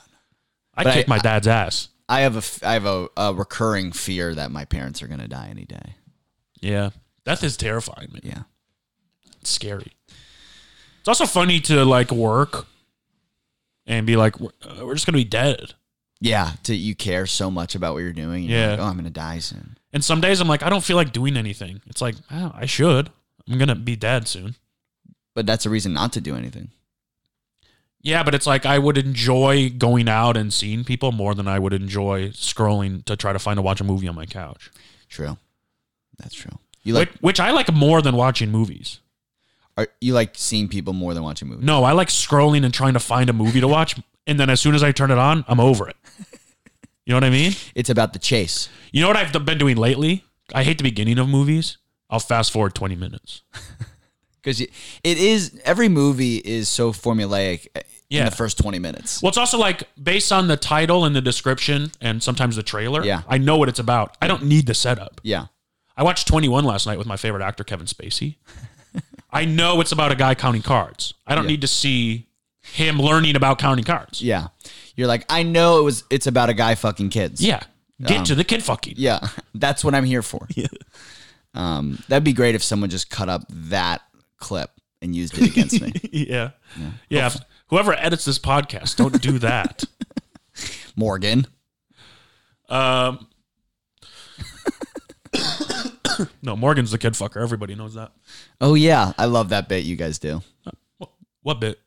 E: I
F: but
E: kicked
F: I-
E: my dad's ass.
F: I have a f- I have a, a recurring fear that my parents are gonna die any day.
E: Yeah. That is terrifying, man.
F: Yeah.
E: It's scary. It's also funny to like work and be like, we're, uh, we're just going to be dead.
F: Yeah, to you care so much about what you're doing. You're
E: Yeah.
F: like, oh, I'm gonna die soon.
E: And some days I'm like, I don't feel like doing anything. It's like, wow, I should. I'm going to be dead soon.
F: But that's a reason not to do anything.
E: Yeah, but it's like I would enjoy going out and seeing people more than I would enjoy scrolling to try to find to watch a movie on my couch.
F: True. That's true. You like
E: which, which I like more than watching movies.
F: are, you like seeing people more than watching movies.
E: No, I like scrolling and trying to find a movie to watch. And then as soon as I turn it on, I'm over it. You know what I mean?
F: It's about the chase.
E: You know what I've been doing lately? I hate the beginning of movies. I'll fast forward 20 minutes.
F: because it is every movie is so formulaic uh, in
E: Yeah.
F: the first 20 minutes
E: Well, it's also like based on the title and the description and sometimes the trailer,
F: Yeah.
E: I know what it's about. I don't need the setup.
F: yeah
E: I watched 21 last night with my favorite actor, Kevin Spacey. I know it's about a guy counting cards. I don't
F: Yeah.
E: need to see him learning about counting cards.
F: yeah you're like i know it was it's about a guy fucking kids
E: Yeah. Get to the kid fucking.
F: Um, yeah that's what i'm here for yeah um that'd be great if someone just cut up that clip and used it against me
E: Yeah. Yeah. Whoever edits this podcast, don't do that.
F: morgan
E: Um, no, Morgan's the kid fucker. Everybody knows that.
F: oh yeah i love that bit you guys do
E: What bit?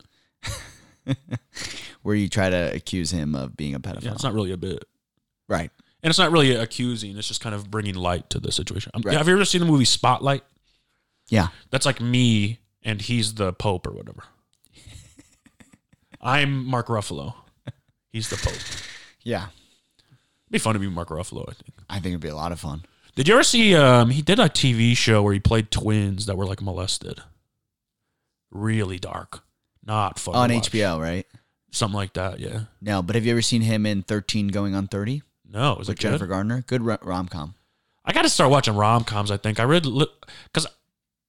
F: where you try to accuse him of being a pedophile
E: Yeah, it's not really a bit.
F: right
E: And it's not really accusing. It's just kind of bringing light to the situation. Um,
F: Right.
E: Have you ever seen the movie Spotlight?
F: yeah
E: That's like me and he's the Pope or whatever. I'm Mark Ruffalo. He's the Pope. It'd
F: yeah
E: be fun to be Mark Ruffalo, I think.
F: i think it'd be a lot of fun
E: Did you ever see um he did a TV show where he played twins that were like molested? Really dark. Not fun. to
F: on
E: watch.
F: hbo right
E: Something like that, yeah.
F: no but have you ever seen him in 13 going on 30
E: No, is it
F: with Jennifer
E: good?
F: Gardner. Good rom com.
E: I got to start watching rom coms. I think I read because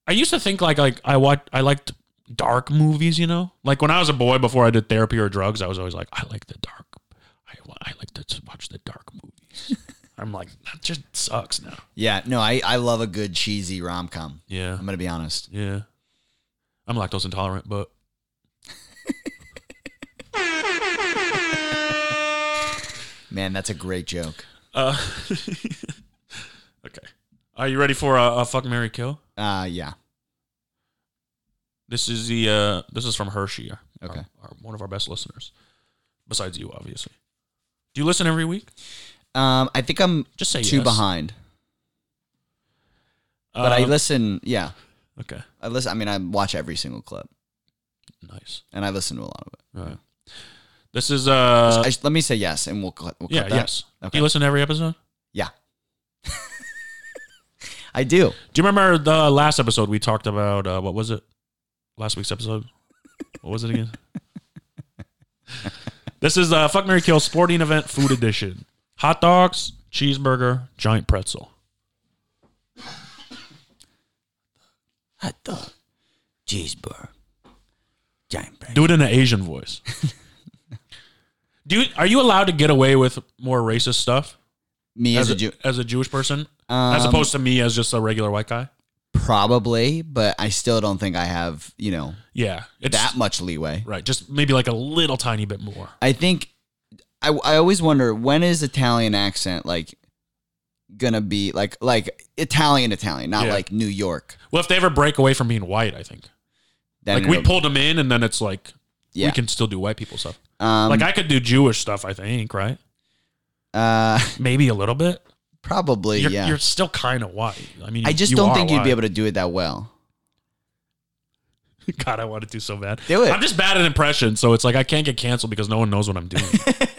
E: I used to think like like I watch I liked dark movies. You know, like when I was a boy before I did therapy or drugs, I was always like I like the dark. I wa- I like to watch the dark movies. I'm like that just sucks now.
F: Yeah, no, I, I love a good cheesy rom com.
E: Yeah,
F: I'm gonna be honest.
E: yeah. I'm lactose intolerant, but
F: Man, that's a great joke.
E: uh, okay. Are you ready for a, a fuck Mary kill?
F: Uh yeah.
E: This is the uh this is from Hershey. our-
F: Okay.
E: our, one of our best listeners, besides you, obviously. Do you listen every week?
F: Um I think I'm
E: Just say
F: two
E: yes.
F: behind. But I
E: Um,
F: listen yeah.
E: Okay,
F: I listen I mean I watch every single clip
E: nice.
F: and I listen to a lot of it.
E: All right. This is uh,
F: I sh- let me say yes and we'll clip we'll clip
E: yeah,
F: that.
E: yes.
F: Okay.
E: Do you listen to every episode?
F: Yeah. I do.
E: Do you remember the last episode we talked about? Uh, what was it? Last week's episode. What was it again? this is uh, fuck Mary Kill Sporting Event Food Edition. Hot dogs, cheeseburger, giant pretzel.
F: Hot dog. Cheeseburger. Giant bread.
E: Do it in an Asian voice. Do you, are you allowed to get away with more racist stuff
F: Me as, a, Jew.
E: as a Jewish person,
F: Um,
E: as opposed to me as just a regular white guy?
F: Probably, but I still don't think I have, you know,
E: Yeah, it's
F: that much leeway.
E: Right. Just maybe like a little tiny bit more.
F: I think I, I always wonder when is Italian accent like gonna be like like Italian Italian, not
E: Yeah.
F: like New York.
E: Well, if they ever break away from being white, I think.
F: Then
E: like we
F: it'll-
E: pulled them in and then it's like
F: yeah.
E: we can still do white people stuff.
F: um,
E: like I could do Jewish stuff, I think, right?
F: uh,
E: Maybe a little bit.
F: probably
E: You're,
F: yeah.
E: you're still kind of white. I mean,
F: I just
E: you
F: don't
E: are
F: think you'd
E: white.
F: be able to do it that well.
E: God, I want to do so bad.
F: Do it.
E: I'm just bad at impressions, so it's like I can't get canceled because no one knows what I'm doing.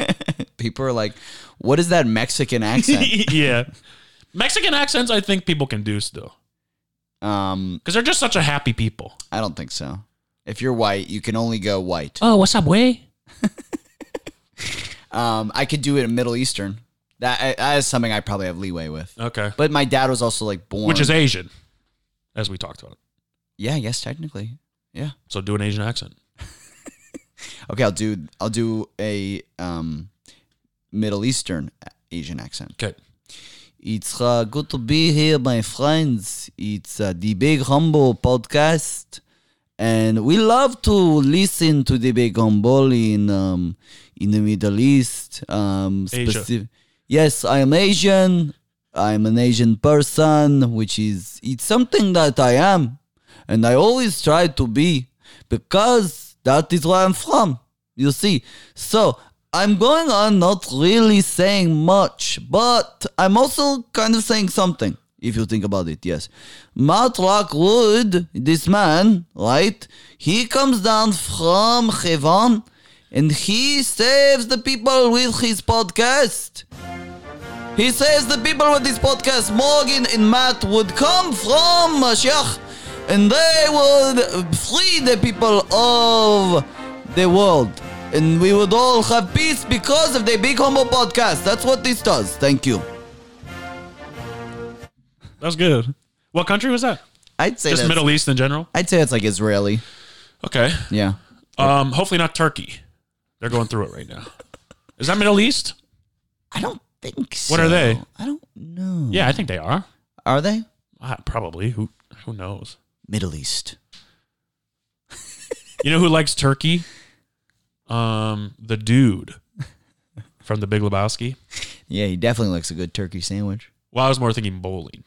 F: People are like, what is that Mexican accent?
E: yeah. Mexican accents, I think people can do still
F: um,
E: because they're just such a happy people.
F: I don't think so. If you're white, you can only go white.
G: Oh, what's up, way?
F: Um, I could do it in Middle Eastern. That, I- that is something I probably have leeway with.
E: Okay.
F: But my dad was also like born.
E: Uh, Which is Asian, as we talked about it.
F: yeah, yes, technically, yeah.
E: So do an Asian accent.
F: Okay, I'll do I'll do a um, Middle Eastern Asian accent.
E: Okay.
F: It's uh, good to be here, my friends. It's uh, the Big Humble podcast, and we love to listen to the Big Humble in um, in the Middle East. Um,
E: Asia.
F: specif- Yes, I am Asian. I'm an Asian person, which is it's something that I am, and I always try to be because that is where I'm from. You see, so I'm going on not really saying much, but I'm also kind of saying something. If you think about it, yes. Matt Lockwood, this man, right? He comes down from heaven and he saves the people with his podcast. He says the people with this podcast, Morgan and Matt, would come from Mashiach and they would free the people of the world. And we would all have peace because of the Big Humble podcast. That's what this does. Thank you.
E: That was good. What country was that?
F: I'd say
E: Just
F: that's,
E: Middle East in general.
F: I'd say it's like Israeli.
E: Okay.
F: Yeah.
E: Um, hopefully not Turkey. They're going through it right now. Is that Middle East?
F: I don't think so.
E: What are they?
F: I don't know.
E: Yeah, I think they are.
F: Are they?
E: Ah, probably. Who who knows?
F: Middle East.
E: You know who likes turkey? Um, the dude from the Big Lebowski.
F: Yeah, he definitely likes a good turkey sandwich.
E: Well, I was more thinking bowling.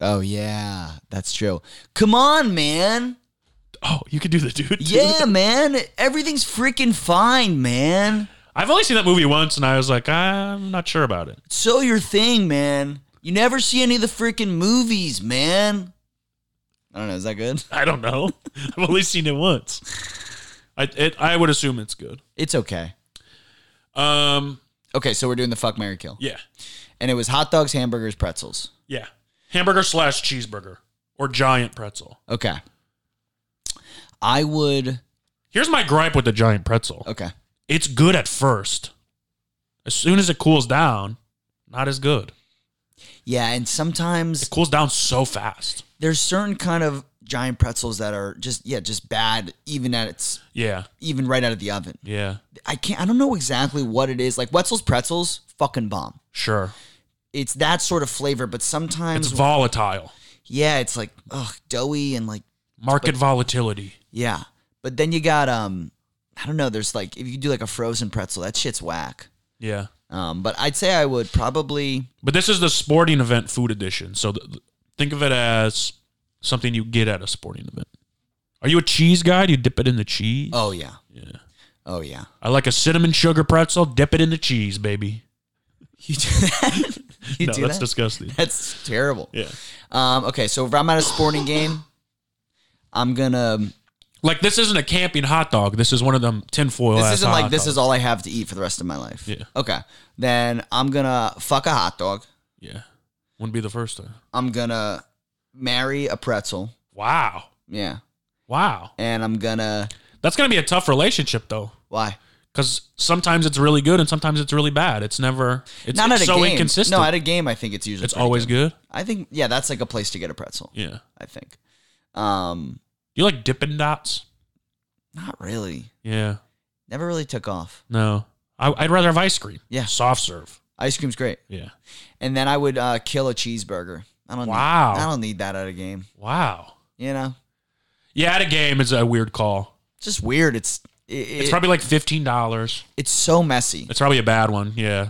F: Oh yeah, that's true. Come on, man.
E: Oh, you could do the dude. too?
F: Yeah, man. Everything's freaking fine, man.
E: I've only seen that movie once, and I was like, I'm not sure about it.
F: So your thing, man. You never see any of the freaking movies, man. I don't know. Is that good?
E: I don't know. I've only seen it once. I it, I would assume it's good.
F: It's okay.
E: Um,
F: Okay, so we're doing the fuck Mary Kill.
E: yeah,
F: And it was hot dogs, hamburgers, pretzels.
E: yeah. Hamburger slash cheeseburger or giant pretzel.
F: Okay. I would
E: Here's my gripe with the giant pretzel.
F: Okay.
E: It's good at first. As soon as it cools down, not as good.
F: Yeah, and sometimes
E: It cools down so fast.
F: there's certain kind of giant pretzels that are just yeah, just bad even at its
E: Yeah,
F: even right out of the oven.
E: yeah,
F: I can't I don't know exactly what it is. Like Wetzel's pretzels, fucking bomb.
E: sure.
F: it's that sort of flavor, but sometimes
E: It's volatile.
F: yeah, it's like ugh, doughy and like
E: Market volatility.
F: yeah. But then you got um, I don't know. There's like if you do like a frozen pretzel, that shit's whack.
E: Yeah.
F: Um, but I'd say I would probably
E: But this is the sporting event food edition. So th- th- think of it as something you get at a sporting event. Are you a cheese guy? Do you dip it in the cheese?
F: oh yeah yeah oh yeah
E: I like a cinnamon sugar pretzel. Dip it in the cheese, baby.
F: you do that you
E: no,
F: do
E: that's
F: that
E: disgusting.
F: that's terrible.
E: yeah.
F: Um, okay, so if I'm at a sporting game, I'm gonna
E: Like this isn't a camping hot dog. This is one of them tinfoil.
F: this
E: ass
F: isn't like
E: hot
F: this is
E: dogs.
F: all I have to eat for the rest of my life.
E: Yeah.
F: Okay, then I'm gonna fuck a hot dog.
E: Yeah. Wouldn't be the first time.
F: I'm gonna marry a pretzel.
E: Wow.
F: Yeah.
E: Wow.
F: And I'm gonna
E: That's gonna be a tough relationship though.
F: why?
E: Because sometimes it's really good and sometimes it's really bad. It's never. It's, it's so
F: game.
E: inconsistent.
F: No, at a game I think it's usually
E: it's
F: pretty
E: always good.
F: I think yeah, that's like a place to get a pretzel.
E: Yeah. Do
F: I think. Um
E: you like Dippin' Dots?
F: not really.
E: Yeah.
F: Never really took off.
E: No. I, I'd rather have ice cream.
F: Yeah.
E: Soft serve.
F: Ice cream's great.
E: Yeah.
F: And then I would uh, kill a cheeseburger. I don't
E: Wow.
F: need, I don't need that at a game.
E: Wow.
F: You know?
E: Yeah, at a game is a weird call.
F: Just weird. It's it, it-
E: It's
F: it's,
E: probably like fifteen dollars.
F: so messy.
E: It's probably a bad one. Yeah.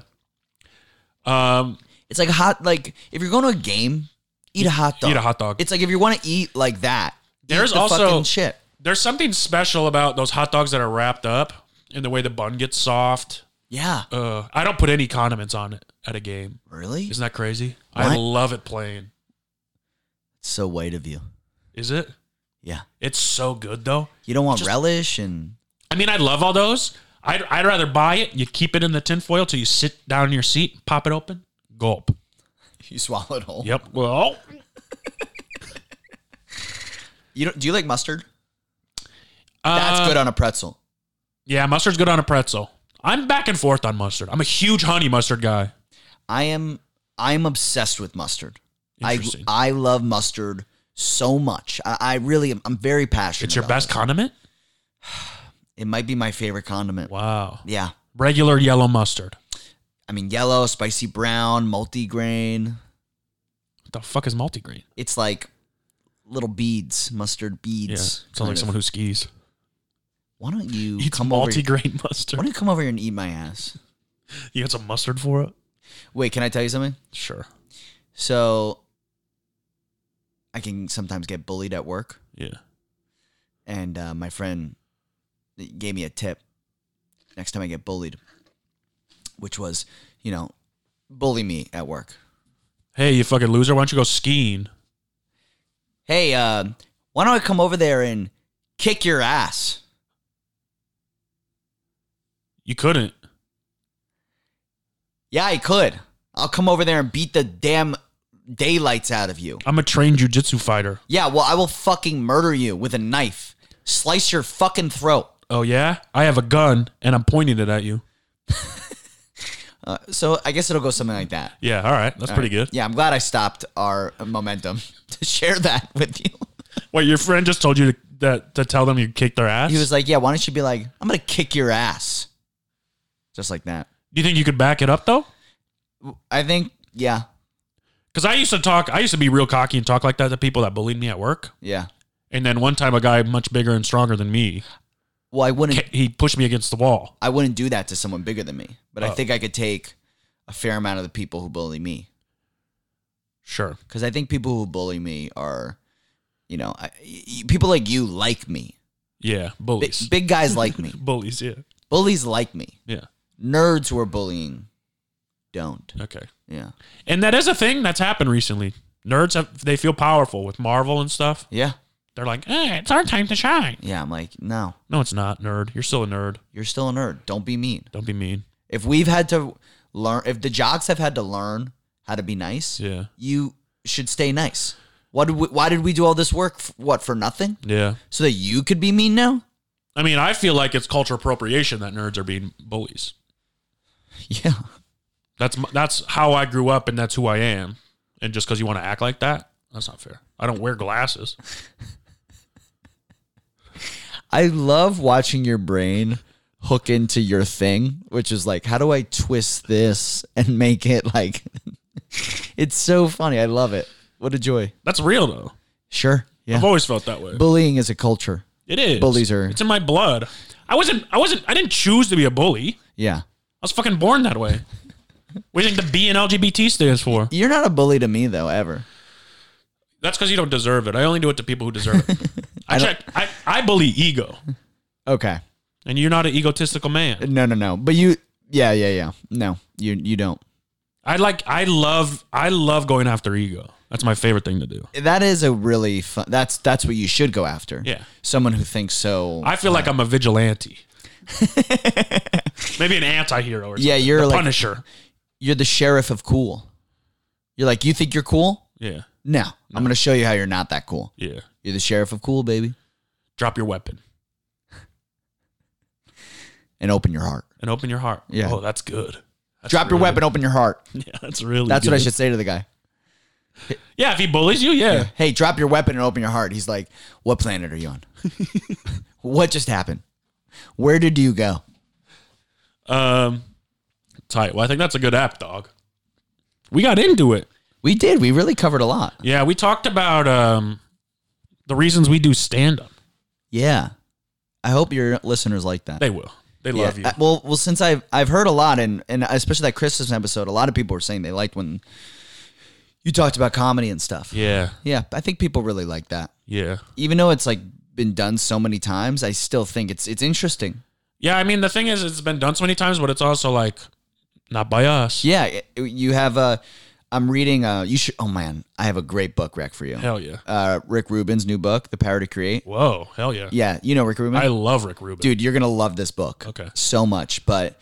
E: Um,
F: It's like hot like if you're going to a game, eat a hot dog.
E: eat a hot dog.
F: It's like if you want to eat like that,
E: There's
F: eat the
E: also-
F: fucking shit.
E: There's something special about those hot dogs that are wrapped up and the way the bun gets soft.
F: Yeah.
E: Uh, I don't put any condiments on it at a game.
F: Really?
E: Isn't that crazy? I
F: What?
E: love it plain.
F: So white of you.
E: Is it?
F: Yeah.
E: It's so good though.
F: You don't want relish and
E: I mean, I love all those. I'd, I'd rather buy it. You keep it in the tinfoil till you sit down in your seat, pop it open, gulp.
F: you swallow it whole.
E: Yep. Well,
F: You don't, do you like mustard?
E: uh,
F: That's good on a pretzel.
E: Yeah, mustard's good on a pretzel. I'm back and forth on mustard. I'm a huge honey mustard guy.
F: I am I'm obsessed with mustard. I
E: Interesting.
F: I love mustard so much. I, I really am I'm very passionate.
E: It's your
F: about
E: best
F: it.
E: condiment?
F: It might be my favorite condiment.
E: Wow.
F: Yeah.
E: Regular yellow mustard.
F: I mean yellow, spicy brown, multigrain.
E: What the fuck is multigrain?
F: It's like little beads, mustard
E: Yeah.
F: beads.
E: Sounds like
F: kind of.
E: someone who skis.
F: Why don't you
E: Eats
F: come over? Here?
E: multigrain mustard.
F: Why don't you come over here and eat my ass?
E: You got some mustard for it?
F: Wait, can I tell you something?
E: Sure.
F: So I can sometimes get bullied at work,
E: Yeah.
F: and uh, my friend gave me a tip next time I get bullied, which was, you know, bully me at work.
E: Hey, you fucking loser. Why don't you go skiing?
F: Hey, uh, why don't I come over there and kick your ass?
E: You couldn't.
F: Yeah, I could. I'll come over there and beat the damn daylights out of you.
E: I'm a trained jujitsu fighter.
F: Yeah, well, I will fucking murder you with a knife, slice your fucking throat.
E: Oh, yeah? I have a gun and I'm pointing it at you.
F: Uh, so I guess it'll go something like that.
E: Yeah. All right. That's pretty good.
F: Yeah, I'm glad I stopped our momentum to share that with you.
E: Wait, your friend just told you to, that, to tell them you kicked their ass?
F: He was like, "Yeah, why don't you be like, I'm gonna kick your ass," just like that.
E: Do you think you could back it up, though?
F: I think, yeah,
E: Because I used to talk, I used to be real cocky and talk like that to people that bullied me at work.
F: yeah.
E: And then one time, a guy much bigger and stronger than me,
F: Well, I wouldn't,
E: ca- he pushed me against the wall.
F: I wouldn't do that to someone bigger than me, but
E: Oh.
F: I think I could take a fair amount of the people who bully me
E: Sure.
F: because I think people who bully me are, you know, I, y- y- people like you like me.
E: Yeah.
F: Big,
E: Bullies.
F: big guys like me.
E: bullies. Yeah.
F: Bullies like me.
E: Yeah.
F: Nerds who are bullying don't.
E: Okay.
F: Yeah,
E: And that is a thing that's happened recently. Nerds have they feel powerful with Marvel and stuff.
F: yeah,
E: They're like, eh, it's our time to shine.
F: yeah. I'm like, no,
E: No, it's not, nerd. You're still a nerd.
F: you're still a nerd. Don't be mean.
E: Don't be mean.
F: If we've had to learn, if the jocks have had to learn how to be nice,
E: Yeah.
F: you should stay nice. What did we, why did we do all this work? F- what for nothing?
E: Yeah.
F: So that you could be mean now?
E: I mean, I feel like it's cultural appropriation that nerds are being bullies.
F: Yeah,
E: That's m- that's how I grew up, and that's who I am. And just because you want to act like that, that's not fair. I don't wear glasses.
F: I love watching your brain hook into your thing, which is like, how do I twist this and make it like? it's so funny. I love it. What a joy.
E: That's real though.
F: Sure. Yeah.
E: I've always felt that way.
F: Bullying is a culture.
E: It is.
F: Bullies are-
E: It's in my blood. I wasn't. I wasn't. I didn't choose to be a bully.
F: Yeah.
E: I was fucking born that way. what do you think the B and LGBT stands for?
F: You're not a bully to me though, ever.
E: That's because you don't deserve it. I only do it to people who deserve it. I, check. I, I bully ego,
F: Okay.
E: and you're not an egotistical man.
F: No, no, no. But you, yeah, yeah, yeah. No, you, you don't.
E: I like. I love. I love going after ego. That's my favorite thing to do.
F: That is a really fun. That's that's what you should go after.
E: Yeah.
F: someone who thinks so.
E: I feel like I'm a vigilante. Maybe an anti-hero or something.
F: Yeah, you're
E: The
F: like-
E: Punisher.
F: you're the sheriff of cool. You're like, you think you're cool?
E: Yeah,
F: No, I'm gonna show you how you're not that cool.
E: yeah.
F: You're the sheriff of cool, baby,
E: Drop your weapon
F: and open your heart.
E: and open your heart.
F: Yeah.
E: Oh, that's good. That's
F: Drop your
E: really-
F: weapon, open your heart.
E: Yeah, that's really.
F: That's what I
E: good.
F: should say to the guy.
E: Yeah, if he bullies you, yeah.
F: Hey, drop your weapon and open your heart. He's like, what planet are you on? what just happened? Where did you go?
E: Um, tight. Well, I think that's a good app, dog. We got into it.
F: We did. We really covered a lot.
E: Yeah, we talked about um the reasons we do stand up.
F: Yeah. I hope your listeners like that.
E: They will. They
F: Yeah,
E: love you.
F: uh, well, well, since I've I've heard a lot, and and especially that Christmas episode, a lot of people were saying they liked when you talked about comedy and stuff.
E: yeah,
F: Yeah, I think people really like that.
E: yeah,
F: Even though it's like been done so many times, I still think it's it's interesting.
E: yeah. I mean, the thing is, it's been done so many times, but it's also like not by us.
F: Yeah, it- you have a I'm reading. Uh, you should. Oh man, I have a great book rec for you.
E: Hell yeah.
F: Uh, Rick Rubin's new book, The Power to Create.
E: Whoa. Hell yeah.
F: Yeah, you know Rick Rubin.
E: I love Rick Rubin.
F: Dude, you're gonna love this book.
E: Okay.
F: So much, but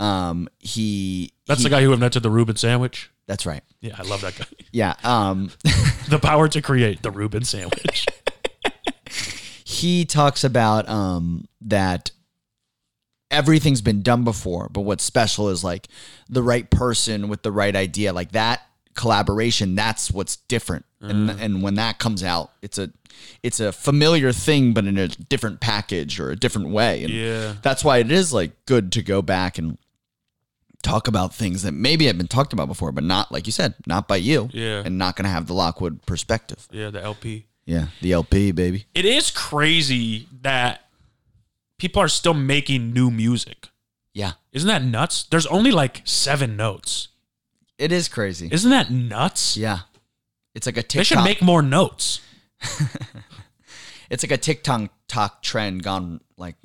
F: um, he.
E: That's the guy who invented the Reuben sandwich.
F: That's right.
E: Yeah, I love that guy.
F: Yeah. Um,
E: the power to create the Reuben sandwich.
F: he talks about um that everything's been done before, but what's special is like the right person with the right idea, like that collaboration. That's what's different, and
E: Mm-hmm.
F: and when that comes out, it's a it's a familiar thing, but in a different package or a different way. And
E: Yeah.
F: that's why it is like good to go back and talk about things that maybe have been talked about before, but not like you said, not by you,
E: Yeah.
F: and not going to have the Lockwood perspective.
E: yeah, the LP.
F: Yeah, the LP baby.
E: It is crazy that people are still making new music.
F: Yeah,
E: Isn't that nuts? There's only like seven notes.
F: it is crazy.
E: Isn't that nuts?
F: yeah, it's like a
E: They should
F: TikTok.
E: make more notes.
F: it's like a TikTok talk trend gone like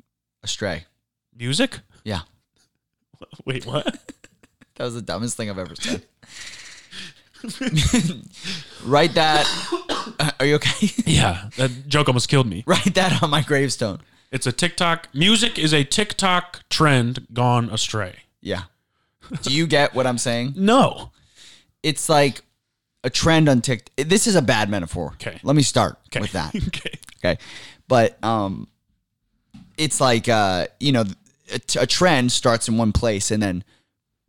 F: astray.
E: Music?
F: Yeah,
E: Wait, what?
F: that was the dumbest thing I've ever said. Write that. Uh, are you okay?
E: yeah, that joke almost killed me.
F: Write that on my gravestone.
E: It's a TikTok. Music is a TikTok trend gone astray.
F: Yeah. Do you get what I'm saying?
E: No.
F: it's like a trend on TikTok. This is a bad metaphor.
E: Okay.
F: Let me start
E: Okay.
F: with that.
E: okay.
F: Okay. But um it's like uh you know a, a trend starts in one place and then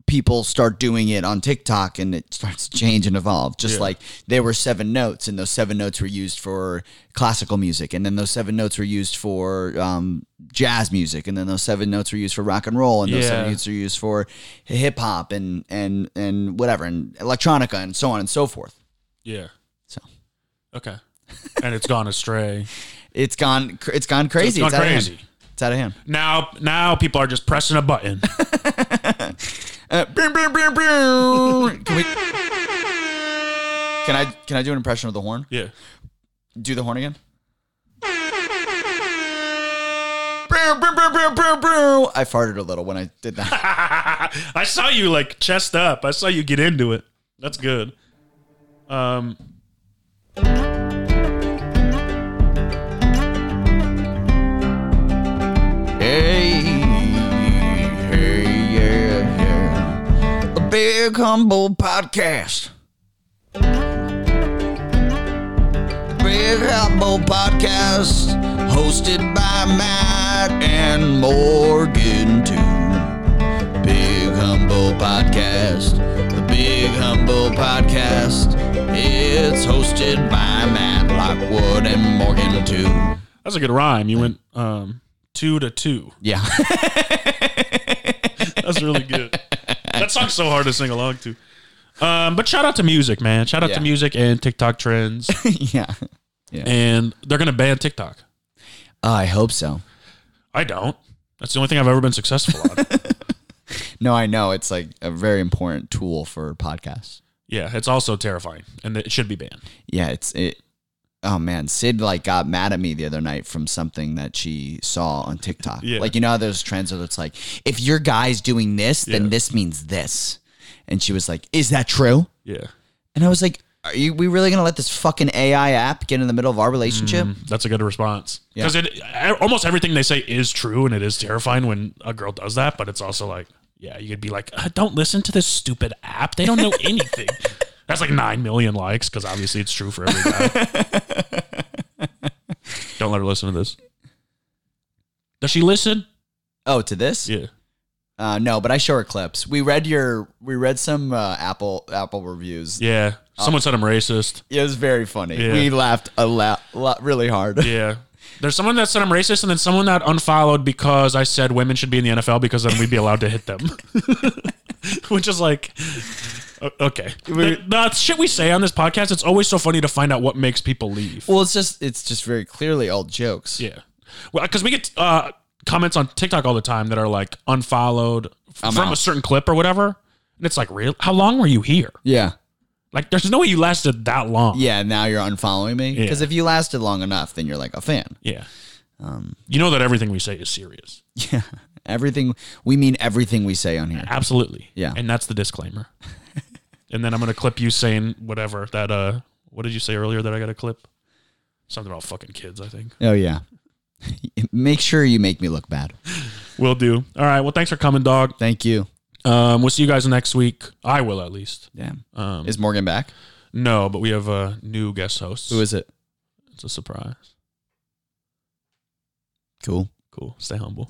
F: people start doing it on TikTok and it starts to change and evolve. Just like there were seven notes and those seven notes were used for classical music and then those seven notes were used for um, jazz music and then those seven notes were used for rock and roll and those seven
E: Yeah.
F: notes are used for hip hop and and and whatever and electronica and so on and so forth.
E: Yeah.
F: So
E: Okay. and it's gone astray.
F: it's gone cr- it's gone crazy.
E: gone
F: it's out of
E: crazy.
F: hand. It's out of hand.
E: Now, now people are just pressing a button.
F: Uh, brr, brr, brr, brr. Can, we, can I can I do an impression of the horn?
E: yeah.
F: Do the horn again. Brr, brr, brr, brr, brr, brr. I farted a little when I did that.
E: I saw you like chest up. I saw you get into it. That's good. Um.
F: hey, hey, yeah, yeah. The Big Humble Podcast. The Big Humble Podcast, hosted by Matt and Morgan too. Big Humble Podcast. The Big Humble Podcast. It's hosted by Matt Lockwood and Morgan too.
E: That's a good rhyme. You went um two to two.
F: Yeah.
E: That's really good. that song's so hard to sing along to. Um, but shout out to music, man. Shout out
F: Yeah.
E: to music and TikTok trends.
F: yeah.
E: and they're gonna ban TikTok.
F: Oh, I hope so.
E: I don't. That's the only thing I've ever been successful on.
F: No, I know it's like a very important tool for podcasts.
E: yeah, it's also terrifying, and it should be banned.
F: Yeah, it's it. Oh man, Sid like got mad at me the other night from something that she saw on TikTok.
E: Yeah.
F: Like you know how those trends that it's like if your guy's doing this, then
E: Yeah.
F: this means this. And she was like, "Is that true?"
E: Yeah,
F: And I was like, "Are you? We really gonna let this fucking AI app get in the middle of our relationship?"
E: that's a good response because it e, almost everything they say is true, and it is terrifying when a girl does that. But it's also like, yeah, you could be like, uh, don't listen to this stupid app. They don't know anything. That's like nine million likes because obviously it's true for every guy. don't let her listen to this. Does she listen?
F: Oh, to this?
E: Yeah.
F: Uh, no, but I show her clips. We read your, we read some uh, Apple Apple reviews.
E: Yeah. Someone said I'm racist.
F: It was very funny.
E: Yeah.
F: We laughed a lot, lot really hard.
E: Yeah. There's someone that said I'm racist, and then someone that unfollowed because I said women should be in the NFL because then we'd be allowed to hit them. Which is like, o- okay. The, the shit we say on this podcast, it's always so funny to find out what makes people leave.
F: Well, it's just, it's just very clearly all jokes.
E: yeah. Well, because we get uh, comments on TikTok all the time that are like unfollowed f- from a
F: out.
E: certain clip or whatever. And it's like, real? How long were you here?
F: yeah,
E: Like, there's no way you lasted that long.
F: yeah. Now you're unfollowing me because
E: Yeah.
F: if you lasted long enough, then you're like a fan.
E: Yeah.
F: Um,
E: you know that everything we say is serious.
F: Yeah, everything we mean everything we say on here.
E: Absolutely.
F: Yeah.
E: And that's the disclaimer. and then I'm gonna clip you saying whatever that uh what did you say earlier that I got a clip? Something about fucking kids, I think.
F: Oh yeah. Make sure you make me look bad.
E: Will do. All right. Well, thanks for coming, dog.
F: Thank you.
E: Um, we'll see you guys next week. I will at least.
F: Damn.
E: Um,
F: Is Morgan back?
E: no, but we have a new guest host.
F: Who is it?
E: It's a surprise.
F: Cool.
E: Cool. Stay humble.